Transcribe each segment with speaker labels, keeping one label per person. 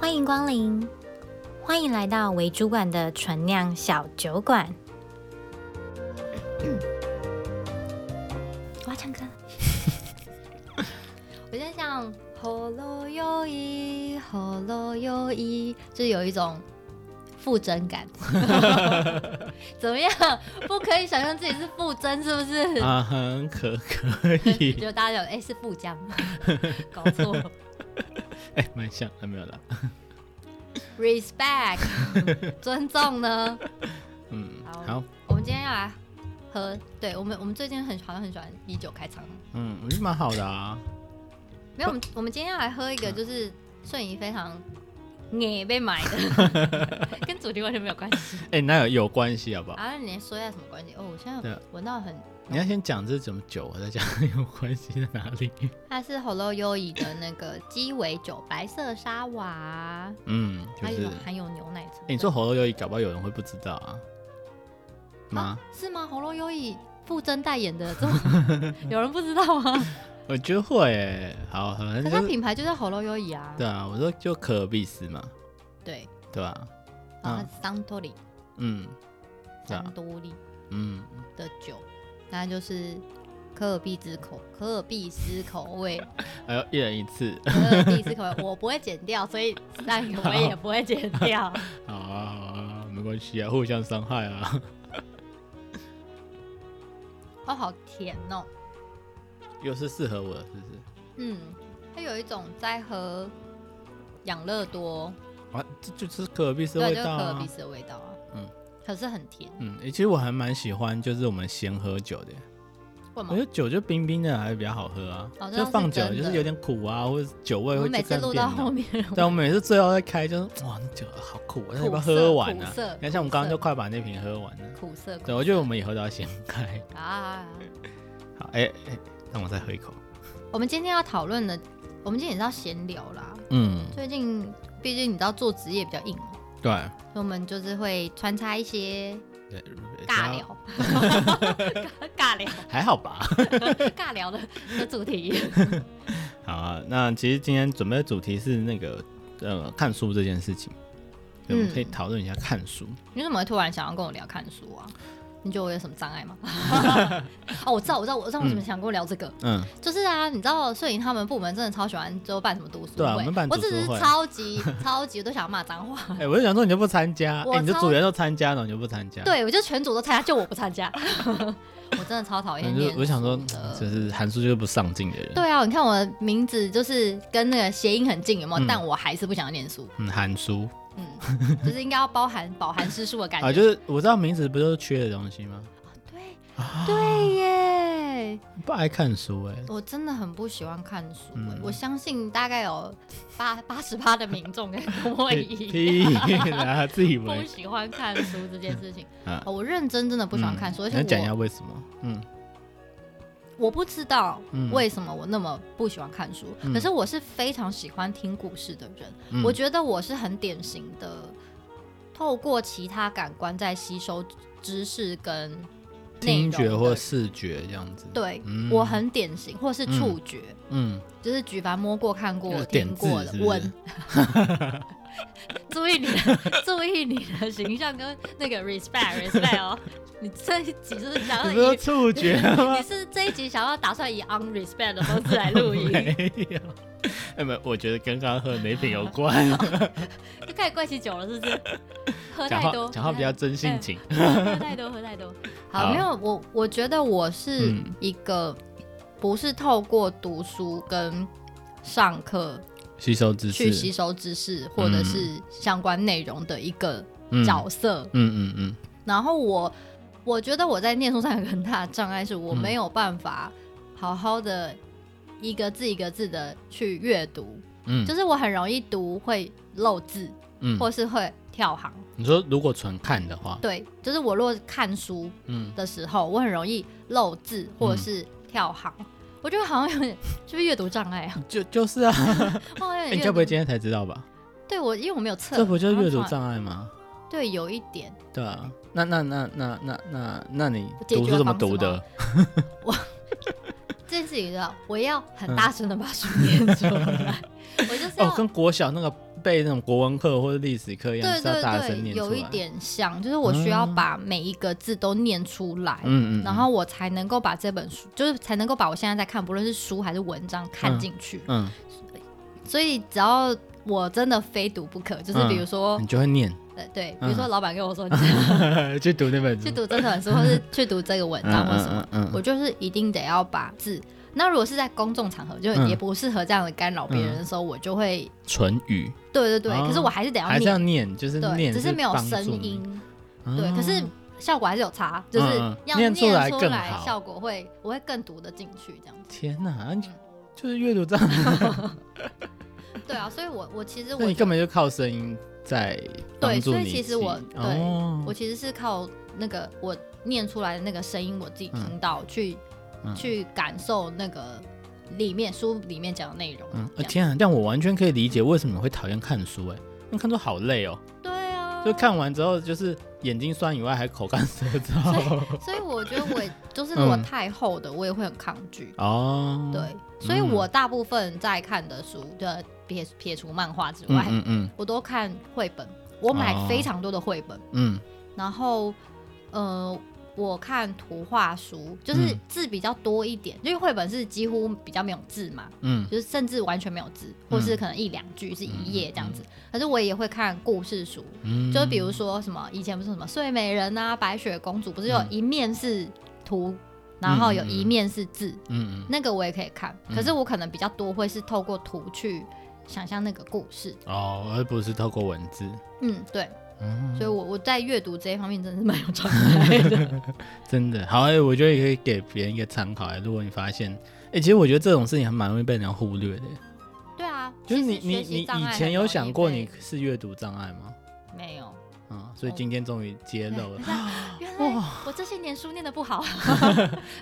Speaker 1: 欢迎光临，欢迎来到为主管的纯酿小酒 馆。我要唱歌，
Speaker 2: 我现在像 “hello 优一 hello 优一”，就是有一种傅真 感。怎么样？不可以想象自己是傅真，是不是？
Speaker 3: 啊，很可可以，
Speaker 2: 就大家有哎、是傅江， 搞错了
Speaker 3: 哎、蛮像，还没有啦。
Speaker 2: ，respect，尊重呢。
Speaker 3: 嗯，
Speaker 2: 好
Speaker 3: 好，
Speaker 2: 我们今天要来喝，对我们我们最近很好像很喜欢以酒开场，
Speaker 3: 嗯，我觉得蛮好的啊。
Speaker 2: 没有，我们我们今天要来喝一个就是瞬移非常也被买的， 跟主题完全没有关系。
Speaker 3: 哎、那有有关系好不好？
Speaker 2: 啊，那你说一下什么关系？哦，我现
Speaker 3: 对
Speaker 2: 在
Speaker 3: 啊
Speaker 2: 闻到很，
Speaker 3: 你要先讲这是什么酒，我再讲有关系在哪 里。
Speaker 2: 它是 Hello 优怡的那个鸡尾酒白色沙瓦，
Speaker 3: 嗯，就
Speaker 2: 它有
Speaker 3: 是，
Speaker 2: 一种
Speaker 3: 哎、
Speaker 2: 含有牛奶成分。
Speaker 3: 你说喉咙优异，搞不好有人会不知道啊？吗？
Speaker 2: 啊？是吗？Hello 优怡傅真代言的，这么 有人不知道吗？
Speaker 3: 我觉得会、欸，好，反
Speaker 2: 可
Speaker 3: 正
Speaker 2: 它
Speaker 3: 就是，
Speaker 2: 品牌就叫 Hello 优怡啊。
Speaker 3: 对啊，我说就可尔必斯嘛，
Speaker 2: 对，
Speaker 3: 对吧、
Speaker 2: 然后它
Speaker 3: 嗯
Speaker 2: 是桑多利，
Speaker 3: 嗯，对啊
Speaker 2: 桑多利
Speaker 3: 嗯，
Speaker 2: 的酒，那就是可尔必斯口，可尔必斯口 味，
Speaker 3: 还有一人一次，
Speaker 2: 可尔必斯口味，我不会剪掉，所以 上一个我也不会剪掉。
Speaker 3: 好啊，好啊，没关系啊，互相伤害啊。
Speaker 2: 哦，好甜哦。
Speaker 3: 又是适合我的，是不是？
Speaker 2: 嗯，它有一种在喝养乐多，
Speaker 3: 啊，这这就是可尔必斯的
Speaker 2: 对，
Speaker 3: 味
Speaker 2: 就是可
Speaker 3: 道
Speaker 2: 尔
Speaker 3: 啊
Speaker 2: 必。斯的味道啊。
Speaker 3: 嗯，
Speaker 2: 可是很甜，
Speaker 3: 嗯，欸其实我还蛮喜欢，就是我们咸喝酒的。
Speaker 2: 为什
Speaker 3: 我觉
Speaker 2: 么？
Speaker 3: 得酒就冰冰的还比较好喝啊，
Speaker 2: 哦这
Speaker 3: 就
Speaker 2: 倒是
Speaker 3: 放久了
Speaker 2: 真的
Speaker 3: 就是有点苦啊，或者酒
Speaker 2: 我
Speaker 3: 味会
Speaker 2: 们每
Speaker 3: 去
Speaker 2: 次
Speaker 3: 跟
Speaker 2: 录
Speaker 3: 别
Speaker 2: 到
Speaker 3: 人
Speaker 2: 后
Speaker 3: 啊。
Speaker 2: 面，
Speaker 3: 对，我们每次最后再开就是哇，那酒好苦，那要不要喝完
Speaker 2: 苦涩
Speaker 3: 啊
Speaker 2: 苦涩？
Speaker 3: 你看，像我们刚刚就快把那瓶喝完了。
Speaker 2: 苦涩。苦
Speaker 3: 对，我觉得我们以后都要先开。
Speaker 2: 涩啊，
Speaker 3: 好，哎、哎、让我再喝一口。
Speaker 2: 我们今天要讨论的，我们今天也是要闲聊啦。
Speaker 3: 嗯，
Speaker 2: 最近，毕竟你知道做职业比较硬哦，
Speaker 3: 对，
Speaker 2: 所以我们就是会穿插一些
Speaker 3: 对
Speaker 2: 尬， 聊，尬聊，
Speaker 3: 还好吧。
Speaker 2: 尬聊的的主题。
Speaker 3: 好啊，那其实今天准备的主题是那个呃看书这件事情，对我们可以
Speaker 2: 嗯
Speaker 3: 讨论一下看书。
Speaker 2: 你怎么会突然想要跟我聊看书啊？你觉得我有什么障碍吗？ 哦，我知道，我知道，我知道，我怎么想跟我聊这个？
Speaker 3: 嗯，
Speaker 2: 就是啊，你知道摄影他们部门真的超喜欢，就办什么读书会，
Speaker 3: 对啊我们办
Speaker 2: 我
Speaker 3: 读
Speaker 2: 只是
Speaker 3: 书会
Speaker 2: 超级超级，我都想要骂脏 话。
Speaker 3: 哎、我就想说你就不参加，哎、
Speaker 2: 我
Speaker 3: 你的
Speaker 2: 超
Speaker 3: 组员都参加了，你就不参加？，
Speaker 2: 对，我就全组都参加，就我不参加。 我真的超讨厌念
Speaker 3: 就
Speaker 2: 书的。
Speaker 3: 我想说，嗯就是韩叔就是不上进的人。，
Speaker 2: 对啊，你看我的名字就是跟那个谐音很近，有没有？
Speaker 3: 嗯
Speaker 2: 但我还是不想要念书，
Speaker 3: 嗯，韩叔
Speaker 2: 嗯，就是应该要包含饱含诗书的感觉。
Speaker 3: 啊，就是我知道名字不就是缺的东西吗？
Speaker 2: 对对耶，
Speaker 3: 不爱看书哎、
Speaker 2: 我真的很不喜欢看书欸、
Speaker 3: 嗯
Speaker 2: 我相信大概有八八十八的民众跟 我
Speaker 3: 屁
Speaker 2: 一样。
Speaker 3: 屁啦，自以
Speaker 2: 不
Speaker 3: 为
Speaker 2: 喜欢看书这件事情
Speaker 3: 啊，
Speaker 2: 哦我认真真的不喜欢看书，而
Speaker 3: 嗯你要讲一
Speaker 2: 且
Speaker 3: 下
Speaker 2: 我
Speaker 3: 为什么？嗯
Speaker 2: 我不知道
Speaker 3: 嗯
Speaker 2: 为什么我那么不喜欢看书，
Speaker 3: 嗯
Speaker 2: 可是我是非常喜欢听故事的人，
Speaker 3: 嗯，
Speaker 2: 我觉得我是很典型的，透过其他感官在吸收知识跟内
Speaker 3: 听
Speaker 2: 容
Speaker 3: 觉
Speaker 2: 的
Speaker 3: 或
Speaker 2: 人
Speaker 3: 视觉这样子。，
Speaker 2: 对、
Speaker 3: 嗯
Speaker 2: 我很典型，或是触觉。
Speaker 3: 嗯，
Speaker 2: 就是举凡摸过、看过
Speaker 3: 有、点
Speaker 2: 听过
Speaker 3: 字
Speaker 2: 的
Speaker 3: 是不是
Speaker 2: 闻。 注意你的， 注意你的形象跟那个 respect respect 哦。 你这呃一集就是想要
Speaker 3: 你不是说
Speaker 2: 以，
Speaker 3: 触觉吗
Speaker 2: 你？是 这一集想要打算以 on respect 的方式来录 音，
Speaker 3: 没有，哎，没有，我觉得跟刚刚喝的奶瓶有 关。
Speaker 2: 就开始怪起酒了，是不 是？喝太
Speaker 3: 讲话
Speaker 2: 多，啊嗯
Speaker 3: 讲话比较真性情。
Speaker 2: 喝太多，喝太多。好，
Speaker 3: 好
Speaker 2: 没有我，我觉得我是
Speaker 3: 嗯
Speaker 2: 一个不是透过读书跟上课
Speaker 3: 吸收知识，
Speaker 2: 去吸收知识或者是相关内容的一个
Speaker 3: 嗯
Speaker 2: 角色。
Speaker 3: 嗯嗯嗯
Speaker 2: 然后我我觉得我在念书上有个很大的障碍，是我
Speaker 3: 嗯
Speaker 2: 没有办法好好的一个字一个字的去阅读，
Speaker 3: 嗯，
Speaker 2: 就是我很容易读会漏字，
Speaker 3: 嗯
Speaker 2: 或是会跳行。
Speaker 3: 你说如果纯看的话，
Speaker 2: 对，就是我如果看书
Speaker 3: 嗯，
Speaker 2: 的时候，我很容易漏字或者是跳行。我觉得好像有点，是不是阅读障碍 啊？
Speaker 3: 就就是啊，
Speaker 2: 我好像有
Speaker 3: 哎你
Speaker 2: 点
Speaker 3: 该
Speaker 2: 阅
Speaker 3: 不会
Speaker 2: 读。
Speaker 3: 今天才知道吧？
Speaker 2: 对我，因为我没有测，
Speaker 3: 这不就是阅读
Speaker 2: 然后突然？
Speaker 3: 障碍吗？
Speaker 2: 对，有一点。
Speaker 3: 对啊，那那那那那那那你
Speaker 2: 解决
Speaker 3: 读书怎么
Speaker 2: 方式
Speaker 3: 读的
Speaker 2: 吗？这
Speaker 3: 嗯
Speaker 2: 件事情知道，我要很大声的把书念出来，我就是要、
Speaker 3: 哦哦，跟国小那个背那种国文课或者历史课一样，
Speaker 2: 对
Speaker 3: 是要
Speaker 2: 对
Speaker 3: 大声
Speaker 2: 对，
Speaker 3: 念出来。
Speaker 2: 有一，点像，就是我需要把每一个字都念出来，
Speaker 3: 嗯嗯嗯
Speaker 2: 然后我才能够把这本书，就是才能够把我现在在看，不论是书还是文章看进去。
Speaker 3: 嗯，
Speaker 2: 所以只要我真的非读不可，就是
Speaker 3: 嗯
Speaker 2: 比如说，
Speaker 3: 你就会念，
Speaker 2: 呃，对，比如说老板跟我说、你
Speaker 3: 去读那本书，
Speaker 2: 去读这本书，或是去读这个文
Speaker 3: 嗯
Speaker 2: 章或什么，
Speaker 3: 嗯嗯嗯
Speaker 2: 我就是一定得要把字。那如果是在公众场合，就
Speaker 3: 嗯
Speaker 2: 也不适合这样的干扰别人的时候，我就会，
Speaker 3: 唇语
Speaker 2: 对对对，
Speaker 3: 哦
Speaker 2: 可是我还是得要
Speaker 3: 还是要
Speaker 2: 念，
Speaker 3: 念，就是
Speaker 2: 对，
Speaker 3: 念，
Speaker 2: 只是没有
Speaker 3: 帮助
Speaker 2: 声
Speaker 3: 你
Speaker 2: 音。，对，
Speaker 3: 嗯
Speaker 2: 可是效果还是有差，就是
Speaker 3: 嗯嗯
Speaker 2: 要
Speaker 3: 念
Speaker 2: 念
Speaker 3: 出
Speaker 2: 出来
Speaker 3: 来更好
Speaker 2: 效果会，我会更读得进去这样 子。
Speaker 3: 天哪，啊你就是阅读障碍，
Speaker 2: 对啊，所以我我其实
Speaker 3: 那
Speaker 2: 我
Speaker 3: 你根本就靠声音在帮
Speaker 2: 对
Speaker 3: 助
Speaker 2: 所
Speaker 3: 你
Speaker 2: 以
Speaker 3: 记。
Speaker 2: 其实我对
Speaker 3: 哦
Speaker 2: 我其实是靠那个我念出来的那个声音，我自己听到、去、
Speaker 3: 嗯
Speaker 2: 去感受那个里面书里面讲的内容。
Speaker 3: 嗯，
Speaker 2: 这
Speaker 3: 呃
Speaker 2: 样
Speaker 3: 天啊，但我完全可以理解为什么会讨厌看书、哎，因为看书好累哦、
Speaker 2: 对啊，
Speaker 3: 就看完之后就是眼睛酸以外，还口干舌燥。
Speaker 2: 所以我觉得我也就是如 果
Speaker 3: 嗯
Speaker 2: 太厚的，我也会很抗拒。
Speaker 3: 哦，
Speaker 2: 对，所以
Speaker 3: 嗯
Speaker 2: 我大部分在看的书，就撇撇除漫画之
Speaker 3: 嗯
Speaker 2: 外，
Speaker 3: 嗯嗯
Speaker 2: 我都看绘本，我买非常多的绘本，
Speaker 3: 嗯，
Speaker 2: 然后呃，我看图画书，就是
Speaker 3: 嗯
Speaker 2: 字比较多一点，因为绘本是几乎比较没有字嘛，
Speaker 3: 嗯
Speaker 2: 就是甚至完全没有字，或是可能一两句是一页这样子。可是我也会看故事书，
Speaker 3: 嗯，
Speaker 2: 就是比如说什么以前不是什么睡美人啊、白雪公主，不是有
Speaker 3: 嗯
Speaker 2: 一面是图，然后有一面是字，
Speaker 3: 嗯嗯
Speaker 2: 那个我也可以看。
Speaker 3: 嗯
Speaker 2: 可是我可能比较多会是透过图去想象那个故事。
Speaker 3: 哦，而不是透过文字，
Speaker 2: 嗯，对。
Speaker 3: 嗯，
Speaker 2: 所以我我在阅读这一方面真的是蛮有障碍的。
Speaker 3: 真的好哎、我觉得也可以给别人一个参考哎、如果你发现哎、其实我觉得这种事情还蛮容易被人家忽略的、欸
Speaker 2: 对啊，
Speaker 3: 就是
Speaker 2: 其
Speaker 3: 你
Speaker 2: 实
Speaker 3: 你
Speaker 2: 学习
Speaker 3: 你
Speaker 2: 障碍
Speaker 3: 以
Speaker 2: 很
Speaker 3: 前有
Speaker 2: 容易
Speaker 3: 想过
Speaker 2: 被
Speaker 3: 你是阅读障碍吗？
Speaker 2: 没有？
Speaker 3: 嗯，所以今天终于揭露了，
Speaker 2: 原来我这些年书念的不好。
Speaker 3: 啊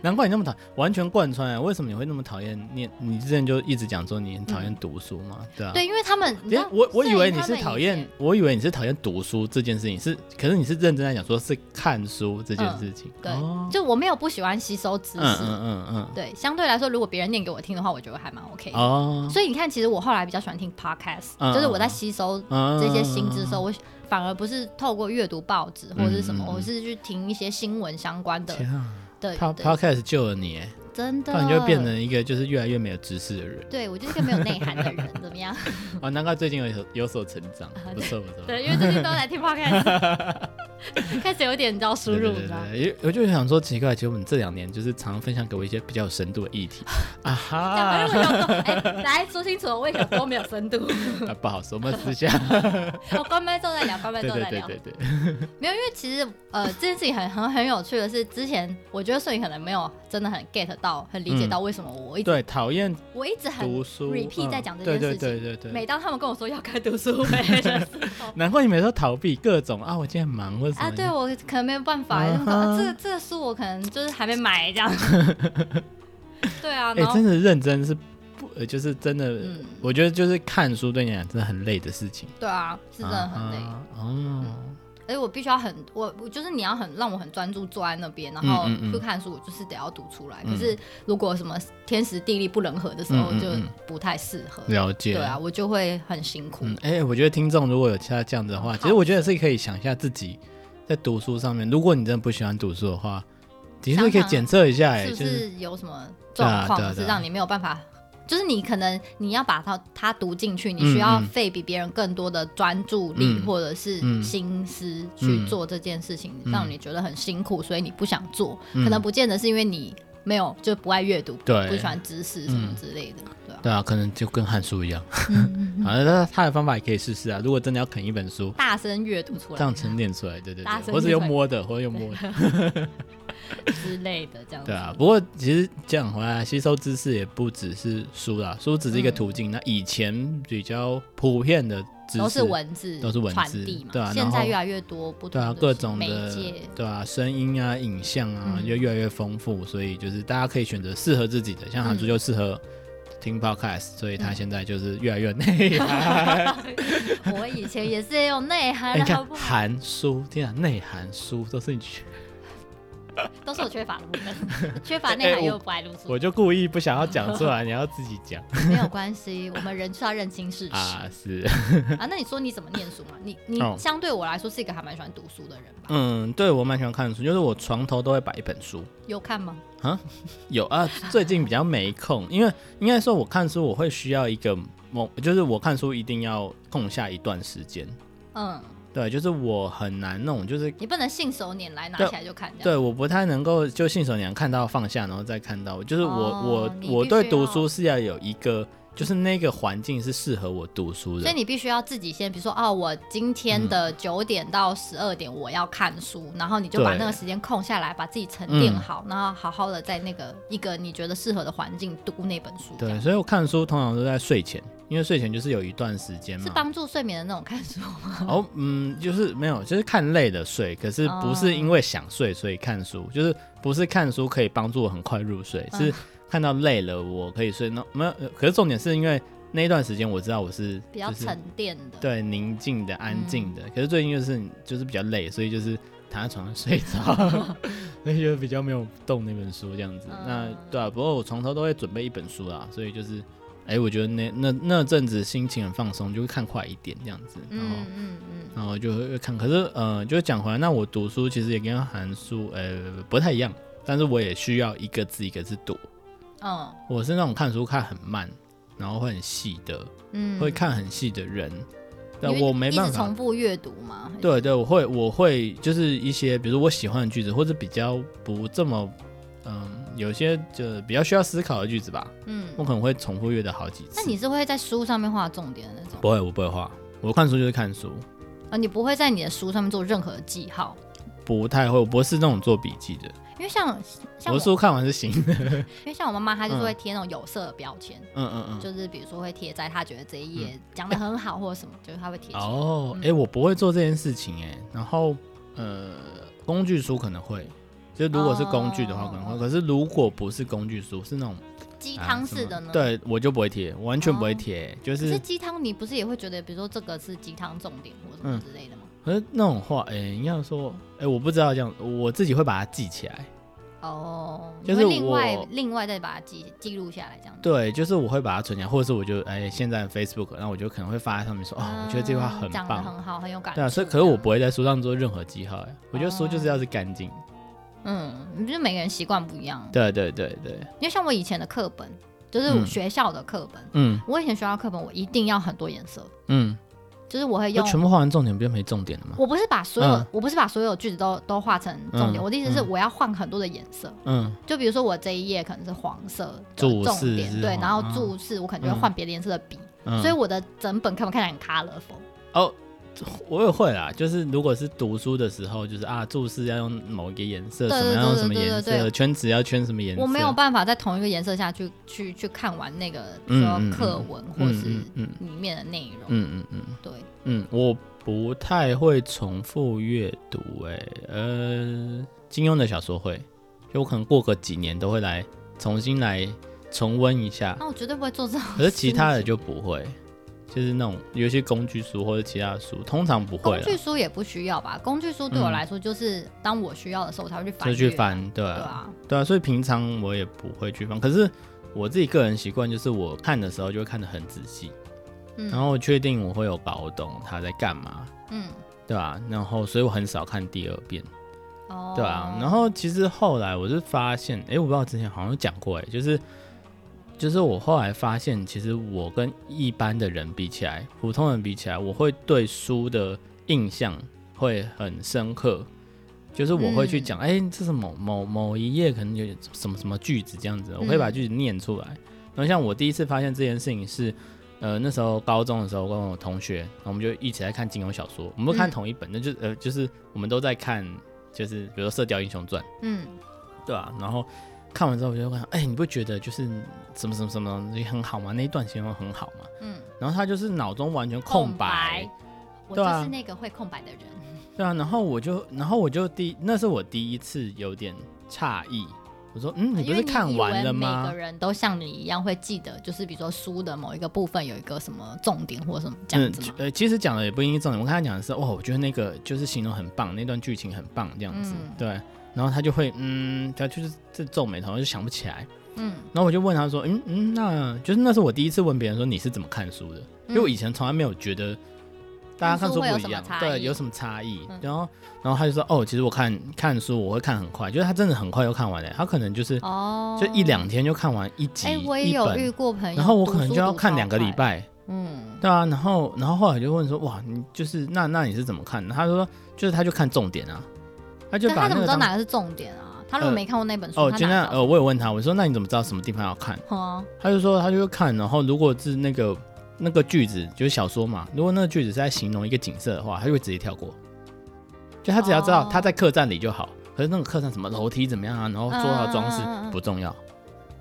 Speaker 3: 难怪你那么讨，完全贯穿啊！为什么你会那么讨厌念？你之前就一直讲说你很讨厌读书嘛，对啊。
Speaker 2: 对，因为他们，你知
Speaker 3: 诶，
Speaker 2: 道
Speaker 3: 我我
Speaker 2: 摄
Speaker 3: 以为
Speaker 2: 影
Speaker 3: 你
Speaker 2: 他
Speaker 3: 是
Speaker 2: 们
Speaker 3: 讨
Speaker 2: 以
Speaker 3: 厌
Speaker 2: 前，
Speaker 3: 我以为你是讨厌读书这件事情，是，可是你是认真在讲说是看书这件事情。
Speaker 2: 嗯对
Speaker 3: 哦，
Speaker 2: 就我没有不喜欢吸收知
Speaker 3: 嗯嗯
Speaker 2: 识。
Speaker 3: 嗯嗯嗯，
Speaker 2: 对，相对来说，如果别人念给我听的话，我觉得还蛮 OK 的。
Speaker 3: 哦，
Speaker 2: 所以你看，其实我后来比较喜欢听 podcast，
Speaker 3: 嗯
Speaker 2: 就是我在
Speaker 3: 嗯
Speaker 2: 吸收
Speaker 3: 嗯
Speaker 2: 这些新知的时候，我反而不是透过阅读报纸或者是什么，
Speaker 3: 嗯嗯嗯
Speaker 2: 我是去听一些新闻相关的。
Speaker 3: 天啊
Speaker 2: 对
Speaker 3: ，pod
Speaker 2: 对，
Speaker 3: podcast 救了你，哎
Speaker 2: 真
Speaker 3: 不
Speaker 2: 的，
Speaker 3: 然你就会变成一个就是越来越没有知识的人。
Speaker 2: 对我就是一个没有内涵的人，怎么样？
Speaker 3: 哦，难怪最近有所有所成长，
Speaker 2: 啊
Speaker 3: 不错不错。
Speaker 2: 对，因为最近都在听 podcast，开 始有点你知道输入，你知道吗？
Speaker 3: 因为我就想说奇怪，其实我们这两年就是常常分享给我一些比较有深度的议 题啊
Speaker 2: 讲
Speaker 3: 哈
Speaker 2: 完，了我想说，哎、来说清楚，我为什么都没有深度？
Speaker 3: 啊不好说，我们私下
Speaker 2: 我关麦之后再聊，关麦之
Speaker 3: 对
Speaker 2: 后
Speaker 3: 对
Speaker 2: 再聊。
Speaker 3: 对对对，
Speaker 2: 没有，因为其实呃，这件事情很很很有趣的是，之前我觉得摄影可能没有真的很 get 到，很理解到为什么我一直、
Speaker 3: 嗯对讨厌
Speaker 2: 我一直很
Speaker 3: 读书
Speaker 2: repeat
Speaker 3: 嗯
Speaker 2: 在讲这件事情。
Speaker 3: 对对对对
Speaker 2: 每
Speaker 3: 对，
Speaker 2: 当他们跟我说要开读书会
Speaker 3: ，
Speaker 2: 的时候
Speaker 3: 难怪你每次都逃避各种啊，我今天忙或者什么
Speaker 2: 啊，对我可能没有办法，
Speaker 3: 啊
Speaker 2: 就是
Speaker 3: 哈
Speaker 2: 说啊这个这个书我可能就是还没买 这样。对啊，
Speaker 3: 哎
Speaker 2: 然，后、
Speaker 3: 真的认真是不，呃就是真的，
Speaker 2: 嗯
Speaker 3: 我觉得就是看书对你来讲真的很累的事情，
Speaker 2: 对啊，是真的很累。
Speaker 3: 啊哈哦。
Speaker 2: 而且我必须要很，我我就是你要很让我很专注坐在那边，然后
Speaker 3: 嗯嗯嗯
Speaker 2: 去看书，我就是得要读出来。
Speaker 3: 嗯
Speaker 2: 可是如果什么天时地利不人和的时候
Speaker 3: 嗯嗯，
Speaker 2: 就
Speaker 3: 嗯
Speaker 2: 不太适合。
Speaker 3: 了解，
Speaker 2: 对啊，我就会很辛苦。
Speaker 3: 嗯，哎、我觉得听众如果有其他这样子的话，其实我觉得是可以想一下自己在读书上面，如果你真的不喜欢读书的话，的确可以检测一下、哎，
Speaker 2: 是不
Speaker 3: 就是
Speaker 2: 是有什么
Speaker 3: 对
Speaker 2: 状
Speaker 3: 啊对啊
Speaker 2: 况
Speaker 3: 对啊
Speaker 2: 是让你没有办法？就是你可能你要把它它读进去，你
Speaker 3: 嗯
Speaker 2: 需要
Speaker 3: 嗯
Speaker 2: 费比别人更多的专注力
Speaker 3: 嗯
Speaker 2: 或者是
Speaker 3: 嗯
Speaker 2: 心思
Speaker 3: 嗯
Speaker 2: 去做这件事情，
Speaker 3: 嗯
Speaker 2: 让你觉得很辛苦，所以你不想做。
Speaker 3: 嗯
Speaker 2: 可能不见得是因为你没有就不爱阅读，
Speaker 3: 对
Speaker 2: 不喜欢知识什么之类的，对啊。
Speaker 3: 对啊，可能就跟汉书一样，
Speaker 2: 嗯
Speaker 3: 好，那他的方法也可以试试啊。如果真的要啃一本书，
Speaker 2: 大声阅读出
Speaker 3: 这
Speaker 2: 来嗯
Speaker 3: 样沉淀出来，对对
Speaker 2: 大声
Speaker 3: 对，或者
Speaker 2: 念
Speaker 3: 用
Speaker 2: 出来
Speaker 3: 摸的，或者用摸的，
Speaker 2: 之类的，这样子。
Speaker 3: 对啊。不过其实讲回来，吸收知识也不只是书啦，书只是一
Speaker 2: 嗯
Speaker 3: 个途径。那以前比较普遍的知识
Speaker 2: 都是文字，
Speaker 3: 都是文字
Speaker 2: 传递嘛。
Speaker 3: 对啊然
Speaker 2: 现
Speaker 3: 后
Speaker 2: 在越来越多不同
Speaker 3: 对
Speaker 2: 的
Speaker 3: 啊，各种
Speaker 2: 媒
Speaker 3: 的
Speaker 2: 介，
Speaker 3: 对啊，声音啊、影像啊，
Speaker 2: 嗯
Speaker 3: 就越来越丰富，所以就是大家可以选择适合自己的，像韩
Speaker 2: 嗯
Speaker 3: 叔就适合听 podcast，所以他现在就是越来越内
Speaker 2: 我以前也是有内
Speaker 3: 哎
Speaker 2: 涵啊
Speaker 3: 你
Speaker 2: 的，好
Speaker 3: 看
Speaker 2: 不好？
Speaker 3: 韩书，天啊，内涵书都是你去
Speaker 2: 都是我缺乏的部分， 缺乏内涵又不爱露出，
Speaker 3: 哎我就故意不想要讲出来，你要自己讲
Speaker 2: 没有关系。我们人是要认清事实啊
Speaker 3: 啊。是，
Speaker 2: 那你说你怎么念书嘛？你你
Speaker 3: 哦
Speaker 2: 相对我来说是一个还蛮喜欢读书的人吧？
Speaker 3: 嗯，对我蛮喜欢看书，就是我床头都会摆一本书。
Speaker 2: 有看吗？
Speaker 3: 有啊，最近比较没空，因为应该说我看书我会需要一个某，就是我看书一定要空下一段时间。
Speaker 2: 嗯，
Speaker 3: 对，就是我很难弄，就是
Speaker 2: 你不能信手拈来拿
Speaker 3: 对
Speaker 2: 起来就看这样。
Speaker 3: 对我不太能够就信手拈来看到放下，然后再看到，就是我、
Speaker 2: 哦你必
Speaker 3: 我
Speaker 2: 须
Speaker 3: 我对读
Speaker 2: 要
Speaker 3: 书是要有一个，就是那个环境是适合我读书
Speaker 2: 所
Speaker 3: 的
Speaker 2: 以。你必须要自己先，比如说哦，我今天的
Speaker 3: 嗯
Speaker 2: 九点到十二点我要看书，然后你就把
Speaker 3: 对
Speaker 2: 那个时间空下来，把自己沉淀
Speaker 3: 嗯
Speaker 2: 好，然后好好的在那个一个你觉得适合的环境读那本书，这
Speaker 3: 对，
Speaker 2: 样
Speaker 3: 所以我看书通常都在睡前，因为睡前就是有一段时间
Speaker 2: 是
Speaker 3: 嘛。
Speaker 2: 帮助睡眠的那种看书吗？
Speaker 3: 哦，嗯，就是没有，就是看累了睡，可是不是
Speaker 2: 哦
Speaker 3: 因为想睡所以看书，就是不是看书可以帮助我很快入睡，
Speaker 2: 嗯
Speaker 3: 是看到累了我可以睡。那没有，呃可是重点是因为那一段时间我知道我是
Speaker 2: 比较
Speaker 3: 就是
Speaker 2: 沉淀的，
Speaker 3: 对，宁静的、安静的。
Speaker 2: 嗯
Speaker 3: 可是最近就是就是比较累，所以就是躺在床上睡 着，所以就比较没有动那本书这样子。那
Speaker 2: 嗯
Speaker 3: 对啊，不过我从头都会准备一本书啦，所以就是，哎、我觉得那那那阵子心情很放松，就会看快一点这样子，然后。
Speaker 2: 嗯嗯嗯，
Speaker 3: 然后就会看，可是呃，就讲回来，那我读书其实也跟韩书呃不太一样，但是我也需要一个字一个字读。
Speaker 2: 嗯
Speaker 3: 我是那种看书看很慢，然后会很细的，
Speaker 2: 嗯，
Speaker 3: 会看很细的人，但
Speaker 2: 因为
Speaker 3: 我没
Speaker 2: 一
Speaker 3: 办
Speaker 2: 直
Speaker 3: 法
Speaker 2: 重。复阅读嘛，还是，
Speaker 3: 对对，我会我会就是一些，比如我喜欢的句子，或者比较不这么，嗯，有些就比较需要思考的句子吧，
Speaker 2: 嗯，
Speaker 3: 我可能会重复阅的好几次。
Speaker 2: 那你是会在书上面画重点的那种，
Speaker 3: 不会，我不会画，我看书就是看书，
Speaker 2: 呃，你不会在你的书上面做任何记号，
Speaker 3: 不太会，我不是那种做笔记的，
Speaker 2: 因为像像
Speaker 3: 我
Speaker 2: 我
Speaker 3: 的书看完是行 的。
Speaker 2: 因为像我妈妈，她就是
Speaker 3: 嗯
Speaker 2: 会贴那种有色的标签。
Speaker 3: 嗯嗯嗯。
Speaker 2: 就是比如说会贴在他觉得这一页讲的很好或者什么，就是他会贴出来。
Speaker 3: 哦，
Speaker 2: 嗯
Speaker 3: 哎、我不会做这件事情哎、然后呃，工具书可能会。就如果是工具的话，
Speaker 2: 哦
Speaker 3: 可能会。可是如果不是工具书，是那种
Speaker 2: 鸡
Speaker 3: 鸡
Speaker 2: 汤式的呢？，
Speaker 3: 啊对我就不会贴，我完全不会
Speaker 2: 哦
Speaker 3: 贴、就
Speaker 2: 可
Speaker 3: 是
Speaker 2: 是鸡汤你不是也会觉得，比如说这个是鸡汤重点或
Speaker 3: 嗯
Speaker 2: 什么之类的吗？
Speaker 3: 可是那种话，哎、你要说，哎、我不知道这样，我自己会把它记起来。
Speaker 2: 哦，你
Speaker 3: 就是
Speaker 2: 会另外
Speaker 3: 我
Speaker 2: 另外再把它记记录下来这样子。
Speaker 3: 对，就是我会把它存起来，或者是我就，哎、现在 Facebook，那我就可能会发在上面说，哦，
Speaker 2: 嗯
Speaker 3: 我觉得这句话很
Speaker 2: 讲的
Speaker 3: 棒。
Speaker 2: 很好，很有感触。
Speaker 3: 对啊，所以可是我不会在书上做任何记号、哎，我觉得书
Speaker 2: 哦
Speaker 3: 就是要是干净。
Speaker 2: 这样，嗯，就是每个人习惯不一样。
Speaker 3: 对啊对对对，
Speaker 2: 因为像我以前的课本，就是我
Speaker 3: 嗯
Speaker 2: 学校的课本，
Speaker 3: 嗯
Speaker 2: 我以前学校课本我一定要很多颜色，
Speaker 3: 嗯，
Speaker 2: 就是我会
Speaker 3: 那
Speaker 2: 用
Speaker 3: 全部画完重点，不就没重点了吗？
Speaker 2: 我不是把所有，
Speaker 3: 嗯
Speaker 2: 我不是把所有句子都都画成重点。
Speaker 3: 嗯
Speaker 2: 我的意思是，
Speaker 3: 嗯
Speaker 2: 我要换很多的颜色。
Speaker 3: 嗯
Speaker 2: 就比如说我这一页可能是黄色的
Speaker 3: 注
Speaker 2: 重
Speaker 3: 释
Speaker 2: 点，
Speaker 3: 是
Speaker 2: 对，
Speaker 3: 黄
Speaker 2: 然后
Speaker 3: 啊
Speaker 2: 注释我可能就会
Speaker 3: 嗯
Speaker 2: 换别的颜色的笔，
Speaker 3: 嗯，
Speaker 2: 所以我的整本课本看起来很 colorful。
Speaker 3: 哦。我也会啦，就是如果是读书的时候，就是啊，注释要用某一个颜色，
Speaker 2: 对
Speaker 3: 什么
Speaker 2: 对
Speaker 3: 要用
Speaker 2: 对
Speaker 3: 什么
Speaker 2: 对对
Speaker 3: 颜
Speaker 2: 对
Speaker 3: 色，圈子要圈什么颜色。
Speaker 2: 我没有办法在同一个颜色下去去去看完那个比如说
Speaker 3: 嗯嗯嗯
Speaker 2: 课文或
Speaker 3: 嗯
Speaker 2: 是
Speaker 3: 嗯嗯
Speaker 2: 里面的内容，
Speaker 3: 嗯嗯嗯。
Speaker 2: 对，
Speaker 3: 嗯，我不太会重复阅读、欸，呃，金庸的小说会，就我可能过个几年都会来重新来重温一下，
Speaker 2: 那我绝对不会做这种事情。
Speaker 3: 可是其他的就不会，哦就是那种有一些工具书或者其他的书，通常不会
Speaker 2: 工
Speaker 3: 了，
Speaker 2: 具书也不需要吧？工具书对我
Speaker 3: 啊嗯
Speaker 2: 来说就是当我需要的时候我才会去翻
Speaker 3: 就
Speaker 2: 阅，
Speaker 3: 去翻，对
Speaker 2: 对
Speaker 3: 啊，
Speaker 2: 啊，
Speaker 3: 对啊，所以平常我也不会去翻，可是我自己个人习惯就是我看的时候就会看得很仔细，
Speaker 2: 嗯
Speaker 3: 然后确定我会有搞懂他在干嘛，
Speaker 2: 嗯，
Speaker 3: 对啊，然后所以我很少看第二遍。
Speaker 2: 哦，
Speaker 3: 对啊，然后其实后来我是发现，哎、我不知道之前好像有讲过、诶哎，就是就是我后来发现，其实我跟一般的人比起来，普通人比起来，我会对书的印象会很深刻，就是我会去
Speaker 2: 嗯
Speaker 3: 讲，哎、这是某某某一页可能有什么什么句子这样子，我会把
Speaker 2: 嗯
Speaker 3: 句子念出来。然后像我第一次发现这件事情是。呃，那时候高中的时候，我跟我同学，然后我们就一起在看金庸小说，我们不
Speaker 2: 嗯
Speaker 3: 看同一本，那就呃，就是我们都在看就是比如说《射雕英雄传》，
Speaker 2: 嗯，
Speaker 3: 对啊，然后看完之后我就问他，哎、你不觉得就是什么什么什么东西很好吗？那一段形容很好吗？
Speaker 2: 嗯，
Speaker 3: 然后他就是脑中完全
Speaker 2: 空
Speaker 3: 空白，，
Speaker 2: 我
Speaker 3: 对
Speaker 2: 就
Speaker 3: 啊
Speaker 2: 是那个会空白的人。
Speaker 3: 对啊，然后我就，然后我就第，那是我第一次有点诧异，我说，嗯，
Speaker 2: 啊
Speaker 3: 你不
Speaker 2: 因为
Speaker 3: 是看完了
Speaker 2: 以为每
Speaker 3: 吗
Speaker 2: 个？人都像你一样会记得，就是比如说书的某一个部分有一个什么重点或什么这样子吗？
Speaker 3: 呃，其实讲的也不一定是重点。我看他讲的是，哇，我觉得那个就是形容很棒，那段剧情很棒，这样子，
Speaker 2: 嗯
Speaker 3: 对。然后他就会嗯，他就是这皱眉头，就想不起来。
Speaker 2: 嗯，
Speaker 3: 然后我就问他说，嗯嗯，那就是那是我第一次问别人说你是怎么看书的，
Speaker 2: 嗯
Speaker 3: 嗯因为我以前从来没有觉得大家看书不
Speaker 2: 看书会有
Speaker 3: 一
Speaker 2: 什
Speaker 3: 样
Speaker 2: 么，差
Speaker 3: 对，
Speaker 2: 异
Speaker 3: 有什么差异。
Speaker 2: 嗯
Speaker 3: 然后然后他就说，哦，其实我看看书我会看很快，就是他真的很快就看完了，他可能就是
Speaker 2: 哦，
Speaker 3: 就一两天就看完一集，
Speaker 2: 哎，我也
Speaker 3: 一
Speaker 2: 有
Speaker 3: 本
Speaker 2: 遇过朋友，
Speaker 3: 然后我可能
Speaker 2: 读书
Speaker 3: 就要
Speaker 2: 读
Speaker 3: 看
Speaker 2: 超
Speaker 3: 两个礼
Speaker 2: 快，
Speaker 3: 拜，
Speaker 2: 嗯，
Speaker 3: 对啊，然后然后后来就问说，哇，你就是那那你是怎么看的？他说就是他就看重点啊，他就
Speaker 2: 但
Speaker 3: 把
Speaker 2: 他怎
Speaker 3: 那
Speaker 2: 么
Speaker 3: 个
Speaker 2: 知道
Speaker 3: 当
Speaker 2: 哪个是重点啊？他如果
Speaker 3: 呃
Speaker 2: 没看过那本书，
Speaker 3: 哦，
Speaker 2: 他
Speaker 3: 就
Speaker 2: 哪
Speaker 3: 那
Speaker 2: 知道
Speaker 3: 呃，我也问他，我说那你怎么知道什么地方要看？
Speaker 2: 哦
Speaker 3: 他就说他就会看，然后如果是那个那个句子就是小说嘛，如果那个句子是在形容一个景色的话，他就会直接跳过，就他只要知道
Speaker 2: 哦
Speaker 3: 他在客栈里就好。可是那个客栈什么楼梯怎么样啊，然后做好装饰
Speaker 2: 嗯嗯嗯嗯
Speaker 3: 不重要，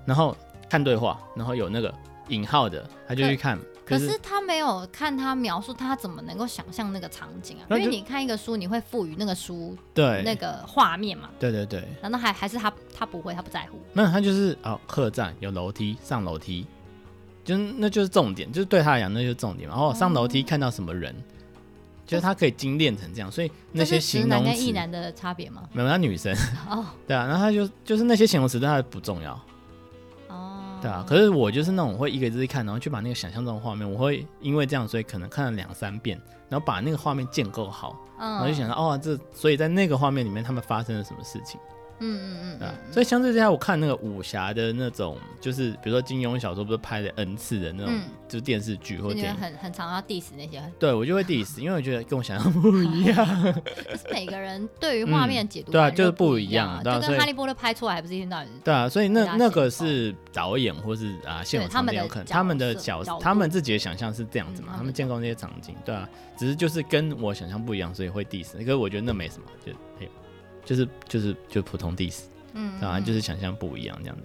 Speaker 3: 然后看对话，然后有那个引号的，他就去看。
Speaker 2: 可
Speaker 3: 就是
Speaker 2: 他没有看他描述，他怎么能够想象那个场景啊？
Speaker 3: 那
Speaker 2: 因
Speaker 3: 就
Speaker 2: 为你看一个书，你会赋予那个书
Speaker 3: 对
Speaker 2: 那个画面嘛？
Speaker 3: 对对对，
Speaker 2: 难道还还是他他不会，他不在乎？
Speaker 3: 那他就是哦，客栈有楼梯，上楼梯，就是那就是重点，就是对他来讲那就是重点嘛。然后上楼梯看到什么人，就是他可以精炼成这样，所以那
Speaker 2: 这是
Speaker 3: 些
Speaker 2: 直
Speaker 3: 形
Speaker 2: 男
Speaker 3: 容
Speaker 2: 跟
Speaker 3: 词
Speaker 2: 异男的差别吗？
Speaker 3: 没有他女生，
Speaker 2: 哦
Speaker 3: 对啊，然后他就就是那些形容词对他不重要，
Speaker 2: 哦，
Speaker 3: 对啊。可是我就是那种会一个字一看，然后去把那个想象中的画面，我会因为这样，所以可能看了两三遍，然后把那个画面建构好，然后
Speaker 2: 嗯
Speaker 3: 就想到哦，这所以在那个画面里面他们发生了什么事情。
Speaker 2: 嗯嗯嗯
Speaker 3: 对啊
Speaker 2: 嗯，
Speaker 3: 所以相对之下，我看那个武侠的那种，就是比如说金庸小说不是拍了 N 次的那种，
Speaker 2: 嗯
Speaker 3: 就是电视剧
Speaker 2: 嗯，
Speaker 3: 或
Speaker 2: 你
Speaker 3: 电
Speaker 2: 们
Speaker 3: 影，
Speaker 2: 很很常要 diss 那些，
Speaker 3: 对我就会 diss，因为我觉得跟我想象不一 样。
Speaker 2: 啊就是每个人对于画面的解读
Speaker 3: 对啊
Speaker 2: 感
Speaker 3: 就是
Speaker 2: 不
Speaker 3: 不
Speaker 2: 一
Speaker 3: 一
Speaker 2: 样
Speaker 3: 样
Speaker 2: 啊，
Speaker 3: 对啊
Speaker 2: 就
Speaker 3: 所
Speaker 2: 跟
Speaker 3: 以
Speaker 2: 哈利波特拍出来还不是一天到晚
Speaker 3: 对啊，所以那
Speaker 2: 对啊
Speaker 3: 那个是导演或是啊现有
Speaker 2: 对他
Speaker 3: 场
Speaker 2: 们
Speaker 3: 景有
Speaker 2: 的
Speaker 3: 可能
Speaker 2: 角
Speaker 3: 他们的
Speaker 2: 色
Speaker 3: 角
Speaker 2: 角
Speaker 3: 他们
Speaker 2: 度
Speaker 3: 自己的想象是这样子
Speaker 2: 嗯
Speaker 3: 嘛，
Speaker 2: 他
Speaker 3: 他
Speaker 2: 们
Speaker 3: 们建构那些场景，对啊，只是就是跟我想象不一样，所以会 diss。可是我觉得那没什么，就哎呦，就是就是就普通 diss。
Speaker 2: 嗯，
Speaker 3: 对啊，就是想象不一样这样子，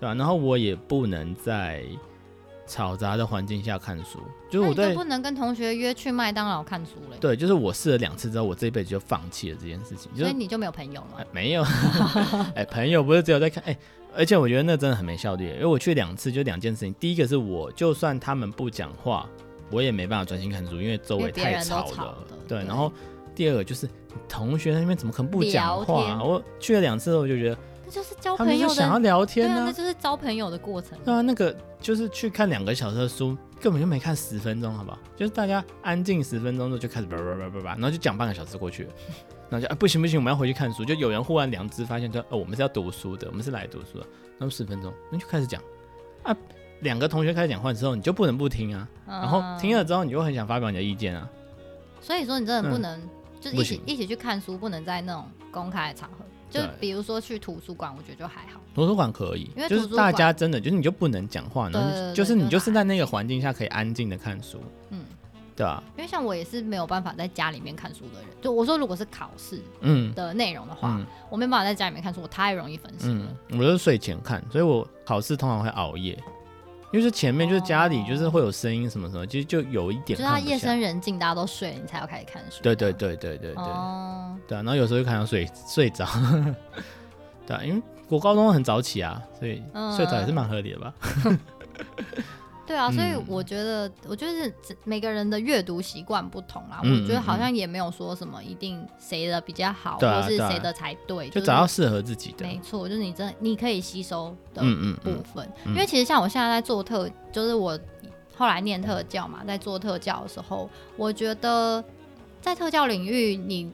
Speaker 3: 对啊，然后我也不能在嘈杂的环境下看书，
Speaker 2: 那
Speaker 3: 就是我
Speaker 2: 你就
Speaker 3: 对
Speaker 2: 不能跟同学约去麦当劳看书嘞，
Speaker 3: 对，就是我试了两次之后，我这一辈子就放弃了这件事情，就
Speaker 2: 所以
Speaker 3: 是
Speaker 2: 你就没有朋友嘛
Speaker 3: 哎，没有， 哎，朋友不是只有在看，哎，而且我觉得那真的很没效率，因为我去两次就两件事情，第一个是我就算他们不讲话，我也没办法专心看书，因为周
Speaker 2: 因为
Speaker 3: 围
Speaker 2: 别
Speaker 3: 太
Speaker 2: 人都
Speaker 3: 吵
Speaker 2: 吵
Speaker 3: 了
Speaker 2: 了，
Speaker 3: 对，
Speaker 2: 对
Speaker 3: 然后第二个就是你同学那边怎么可能不
Speaker 2: 聊
Speaker 3: 讲话啊、
Speaker 2: 天
Speaker 3: 我去了两次之后，我就觉得
Speaker 2: 那就是交
Speaker 3: 他
Speaker 2: 朋
Speaker 3: 们就
Speaker 2: 友
Speaker 3: 是想要
Speaker 2: 的，
Speaker 3: 聊
Speaker 2: 对
Speaker 3: 天
Speaker 2: 啊，
Speaker 3: 呢、
Speaker 2: 那就是交朋友的过程。
Speaker 3: 对啊，那个就是去看两个小时的书，根本就没看十分钟，好不好？就是大家安静十分钟之后就开始叭叭叭叭叭，然后就讲半个小时过去了，然后就啊不行不行，我们要回去看书。就有人忽然良知发现说，哦，我们是要读书的，我们是来读书的，然后十分钟，那就开始讲啊。两个同学开始讲话之后，你就不能不听啊。然后
Speaker 2: 嗯
Speaker 3: 听了之后，你就很想发表你的意见啊。
Speaker 2: 所以说你真的不
Speaker 3: 嗯
Speaker 2: 能、就是一
Speaker 3: 不
Speaker 2: 起
Speaker 3: 行
Speaker 2: 一起去看书，不能在那种公开的场合，就
Speaker 3: 对
Speaker 2: 比如说去图书馆，我觉得就还好。
Speaker 3: 图书馆可以
Speaker 2: 因为，
Speaker 3: 就
Speaker 2: 图
Speaker 3: 是
Speaker 2: 书
Speaker 3: 大
Speaker 2: 馆
Speaker 3: 家真的就是你就不能讲话，然后
Speaker 2: 对对对
Speaker 3: 就是
Speaker 2: 就
Speaker 3: 你就是
Speaker 2: 很
Speaker 3: 在那个环境下可以安静的看书，
Speaker 2: 嗯，
Speaker 3: 对啊，
Speaker 2: 因为像我也是没有办法在家里面看书的人。就我说，如果是考试
Speaker 3: 嗯
Speaker 2: 的内容的话，
Speaker 3: 嗯。
Speaker 2: 我没办法在家里面看书，我太容易分心了。
Speaker 3: 嗯，我就是睡前看，所以我考试通常会熬夜，因为是前面就是家里就是会有声音什么什么，其实就有一
Speaker 2: 就
Speaker 3: 点
Speaker 2: 是他
Speaker 3: 看不
Speaker 2: 夜
Speaker 3: 下。
Speaker 2: 深人静，大家都睡了，你才要开始看书。
Speaker 3: 对对对对对对、
Speaker 2: 哦，
Speaker 3: 对啊，然后有时候就看到睡睡着， 对啊，因为我高中很早起啊，所以
Speaker 2: 嗯
Speaker 3: 睡着也是蛮合理的吧。
Speaker 2: 对啊，所以
Speaker 3: 嗯
Speaker 2: 我觉得，我觉得这每个人的阅读习惯不同啦。
Speaker 3: 嗯
Speaker 2: 我觉得好像也没有说什么一定谁的比较好，
Speaker 3: 对啊
Speaker 2: 或是
Speaker 3: 对啊
Speaker 2: 谁的才对，
Speaker 3: 就是找到适合自己的。
Speaker 2: 没错，就是你真的你可以吸收的
Speaker 3: 嗯嗯
Speaker 2: 部
Speaker 3: 嗯，
Speaker 2: 分，
Speaker 3: 嗯
Speaker 2: 因为其实像我现在在做特，就是我后来念特教嘛，在做特教的时候，我觉得在特教领域你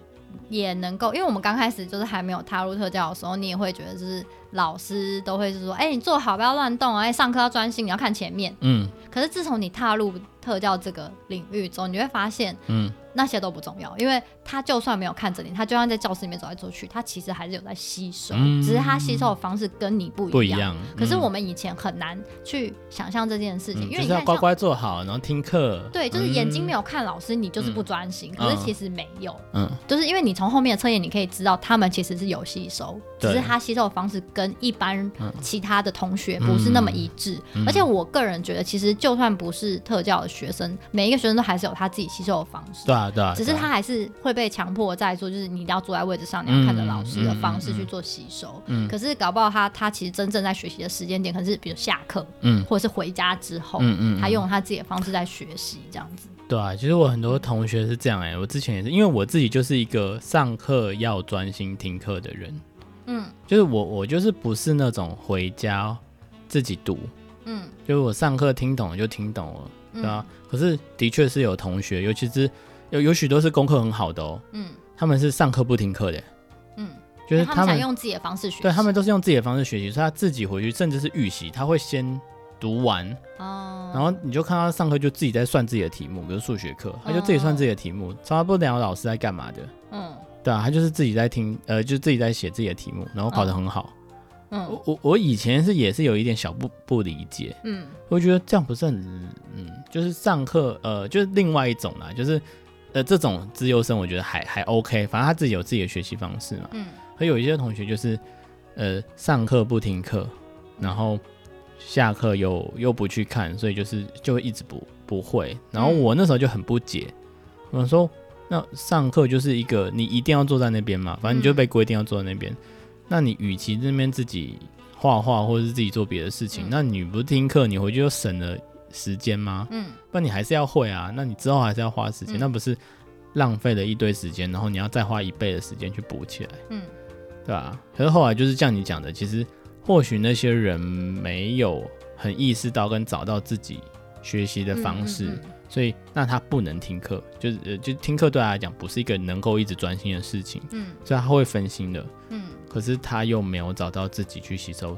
Speaker 2: 也能够，因为我们刚开始就是还没有踏入特教的时候，你也会觉得就是老师都会是说，哎、你做好不要乱动啊，哎、上课要专心，你要看前面。
Speaker 3: 嗯
Speaker 2: 可是自从你踏入特教这个领域之后，你会发现
Speaker 3: 嗯，
Speaker 2: 那些都不重要，因为他就算没有看着你，他就算在教室里面走来走去，他其实还是有在吸收，
Speaker 3: 嗯
Speaker 2: 只是他吸收的方式跟你不
Speaker 3: 不
Speaker 2: 一
Speaker 3: 一
Speaker 2: 样。
Speaker 3: 样。
Speaker 2: 可是
Speaker 3: 嗯
Speaker 2: 我们以前很难去想象这件事情，因
Speaker 3: 嗯就
Speaker 2: 为你
Speaker 3: 是要
Speaker 2: 看
Speaker 3: 乖嗯
Speaker 2: 像
Speaker 3: 乖坐好，然后听课。
Speaker 2: 对，就是眼睛没
Speaker 3: 有。
Speaker 2: 有看老师，你就是不专心。可是其实没有，
Speaker 3: 嗯，
Speaker 2: 就是因为你从后面的测验，你可以知道他们其实是有吸收，只
Speaker 3: 对
Speaker 2: 是他吸收的方式跟一般
Speaker 3: 嗯
Speaker 2: 其他的同学不是那么一致。
Speaker 3: 嗯
Speaker 2: 而且我个人觉得，其实就算不是特教的学生，每一个学生都还是有他自己吸收的方式。
Speaker 3: 对啊对啊。
Speaker 2: 只是
Speaker 3: 对啊
Speaker 2: 他还是会被强迫在做，就是你一定要坐在位置上，你要看着老师的方式
Speaker 3: 嗯嗯嗯
Speaker 2: 去做吸收。
Speaker 3: 嗯
Speaker 2: 可是搞不好他他其实真正在学习的时间点，可能是比如下课
Speaker 3: 嗯
Speaker 2: 或者是回家之后，
Speaker 3: 嗯嗯，
Speaker 2: 他
Speaker 3: 嗯
Speaker 2: 用他自己的方式在学习这样子。
Speaker 3: 对啊，其实我很
Speaker 2: 嗯
Speaker 3: 多同学是这样哎、我之前也是，因为我自己就是一个上课要专心听课的人，
Speaker 2: 嗯
Speaker 3: 就是我我就是不是那种回家自己读，
Speaker 2: 嗯
Speaker 3: 就是我上课听懂了就听懂了，对啊。可是的确是有同学，尤其是有有许多是功课很好的哦，
Speaker 2: 嗯
Speaker 3: 他们是上课不听课的，欸
Speaker 2: 嗯，
Speaker 3: 就
Speaker 2: 因为
Speaker 3: 是
Speaker 2: 他
Speaker 3: 他
Speaker 2: 们
Speaker 3: 们
Speaker 2: 想用自己的方式学习，
Speaker 3: 对他们都是用自己的方式学习，所以他自己回去甚至是预习，他会先读完，
Speaker 2: 哦，
Speaker 3: 然后你就看他上课就自己在算自己的题目，比如数学课，他就自己算自己的题目，抓不了老师在干嘛的。
Speaker 2: 嗯
Speaker 3: 对啊，他就是自己在听，呃，就自己在写自己的题目，然后考得很好。
Speaker 2: 嗯
Speaker 3: 我我我以前是也是有一点小不不理解，
Speaker 2: 嗯
Speaker 3: 我觉得这样不是很，嗯，就是上课，呃，就是另外一种啦，就是，呃，这种自优生我觉得还还 OK，反正他自己有自己的学习方式嘛。
Speaker 2: 嗯
Speaker 3: 而有一些同学就是，呃，上课不听课，然后下课又又不去看，所以就是就会一直不不会。然后我那时候就很不解，我说那上课就是一个你一定要坐在那边嘛，反正你就被规定要坐在那边。那你与其那边自己画画或者是自己做别的事情，
Speaker 2: 嗯
Speaker 3: 那你不听课，你回去又省了时间吗？
Speaker 2: 嗯
Speaker 3: 不然你还是要会啊，那你之后还是要花时间，
Speaker 2: 嗯
Speaker 3: 那不是浪费了一堆时间，然后你要再花一倍的时间去补起来。
Speaker 2: 嗯
Speaker 3: 对啊，可是后来就是像你讲的，其实或许那些人没有很意识到跟找到自己学习的方式，
Speaker 2: 嗯嗯
Speaker 3: 所以那他不能听课，就是呃，就听课对他来讲不是一个能够一直专心的事情，
Speaker 2: 嗯
Speaker 3: 所以他会分心的。
Speaker 2: 嗯
Speaker 3: 可是他又没有找到自己去吸收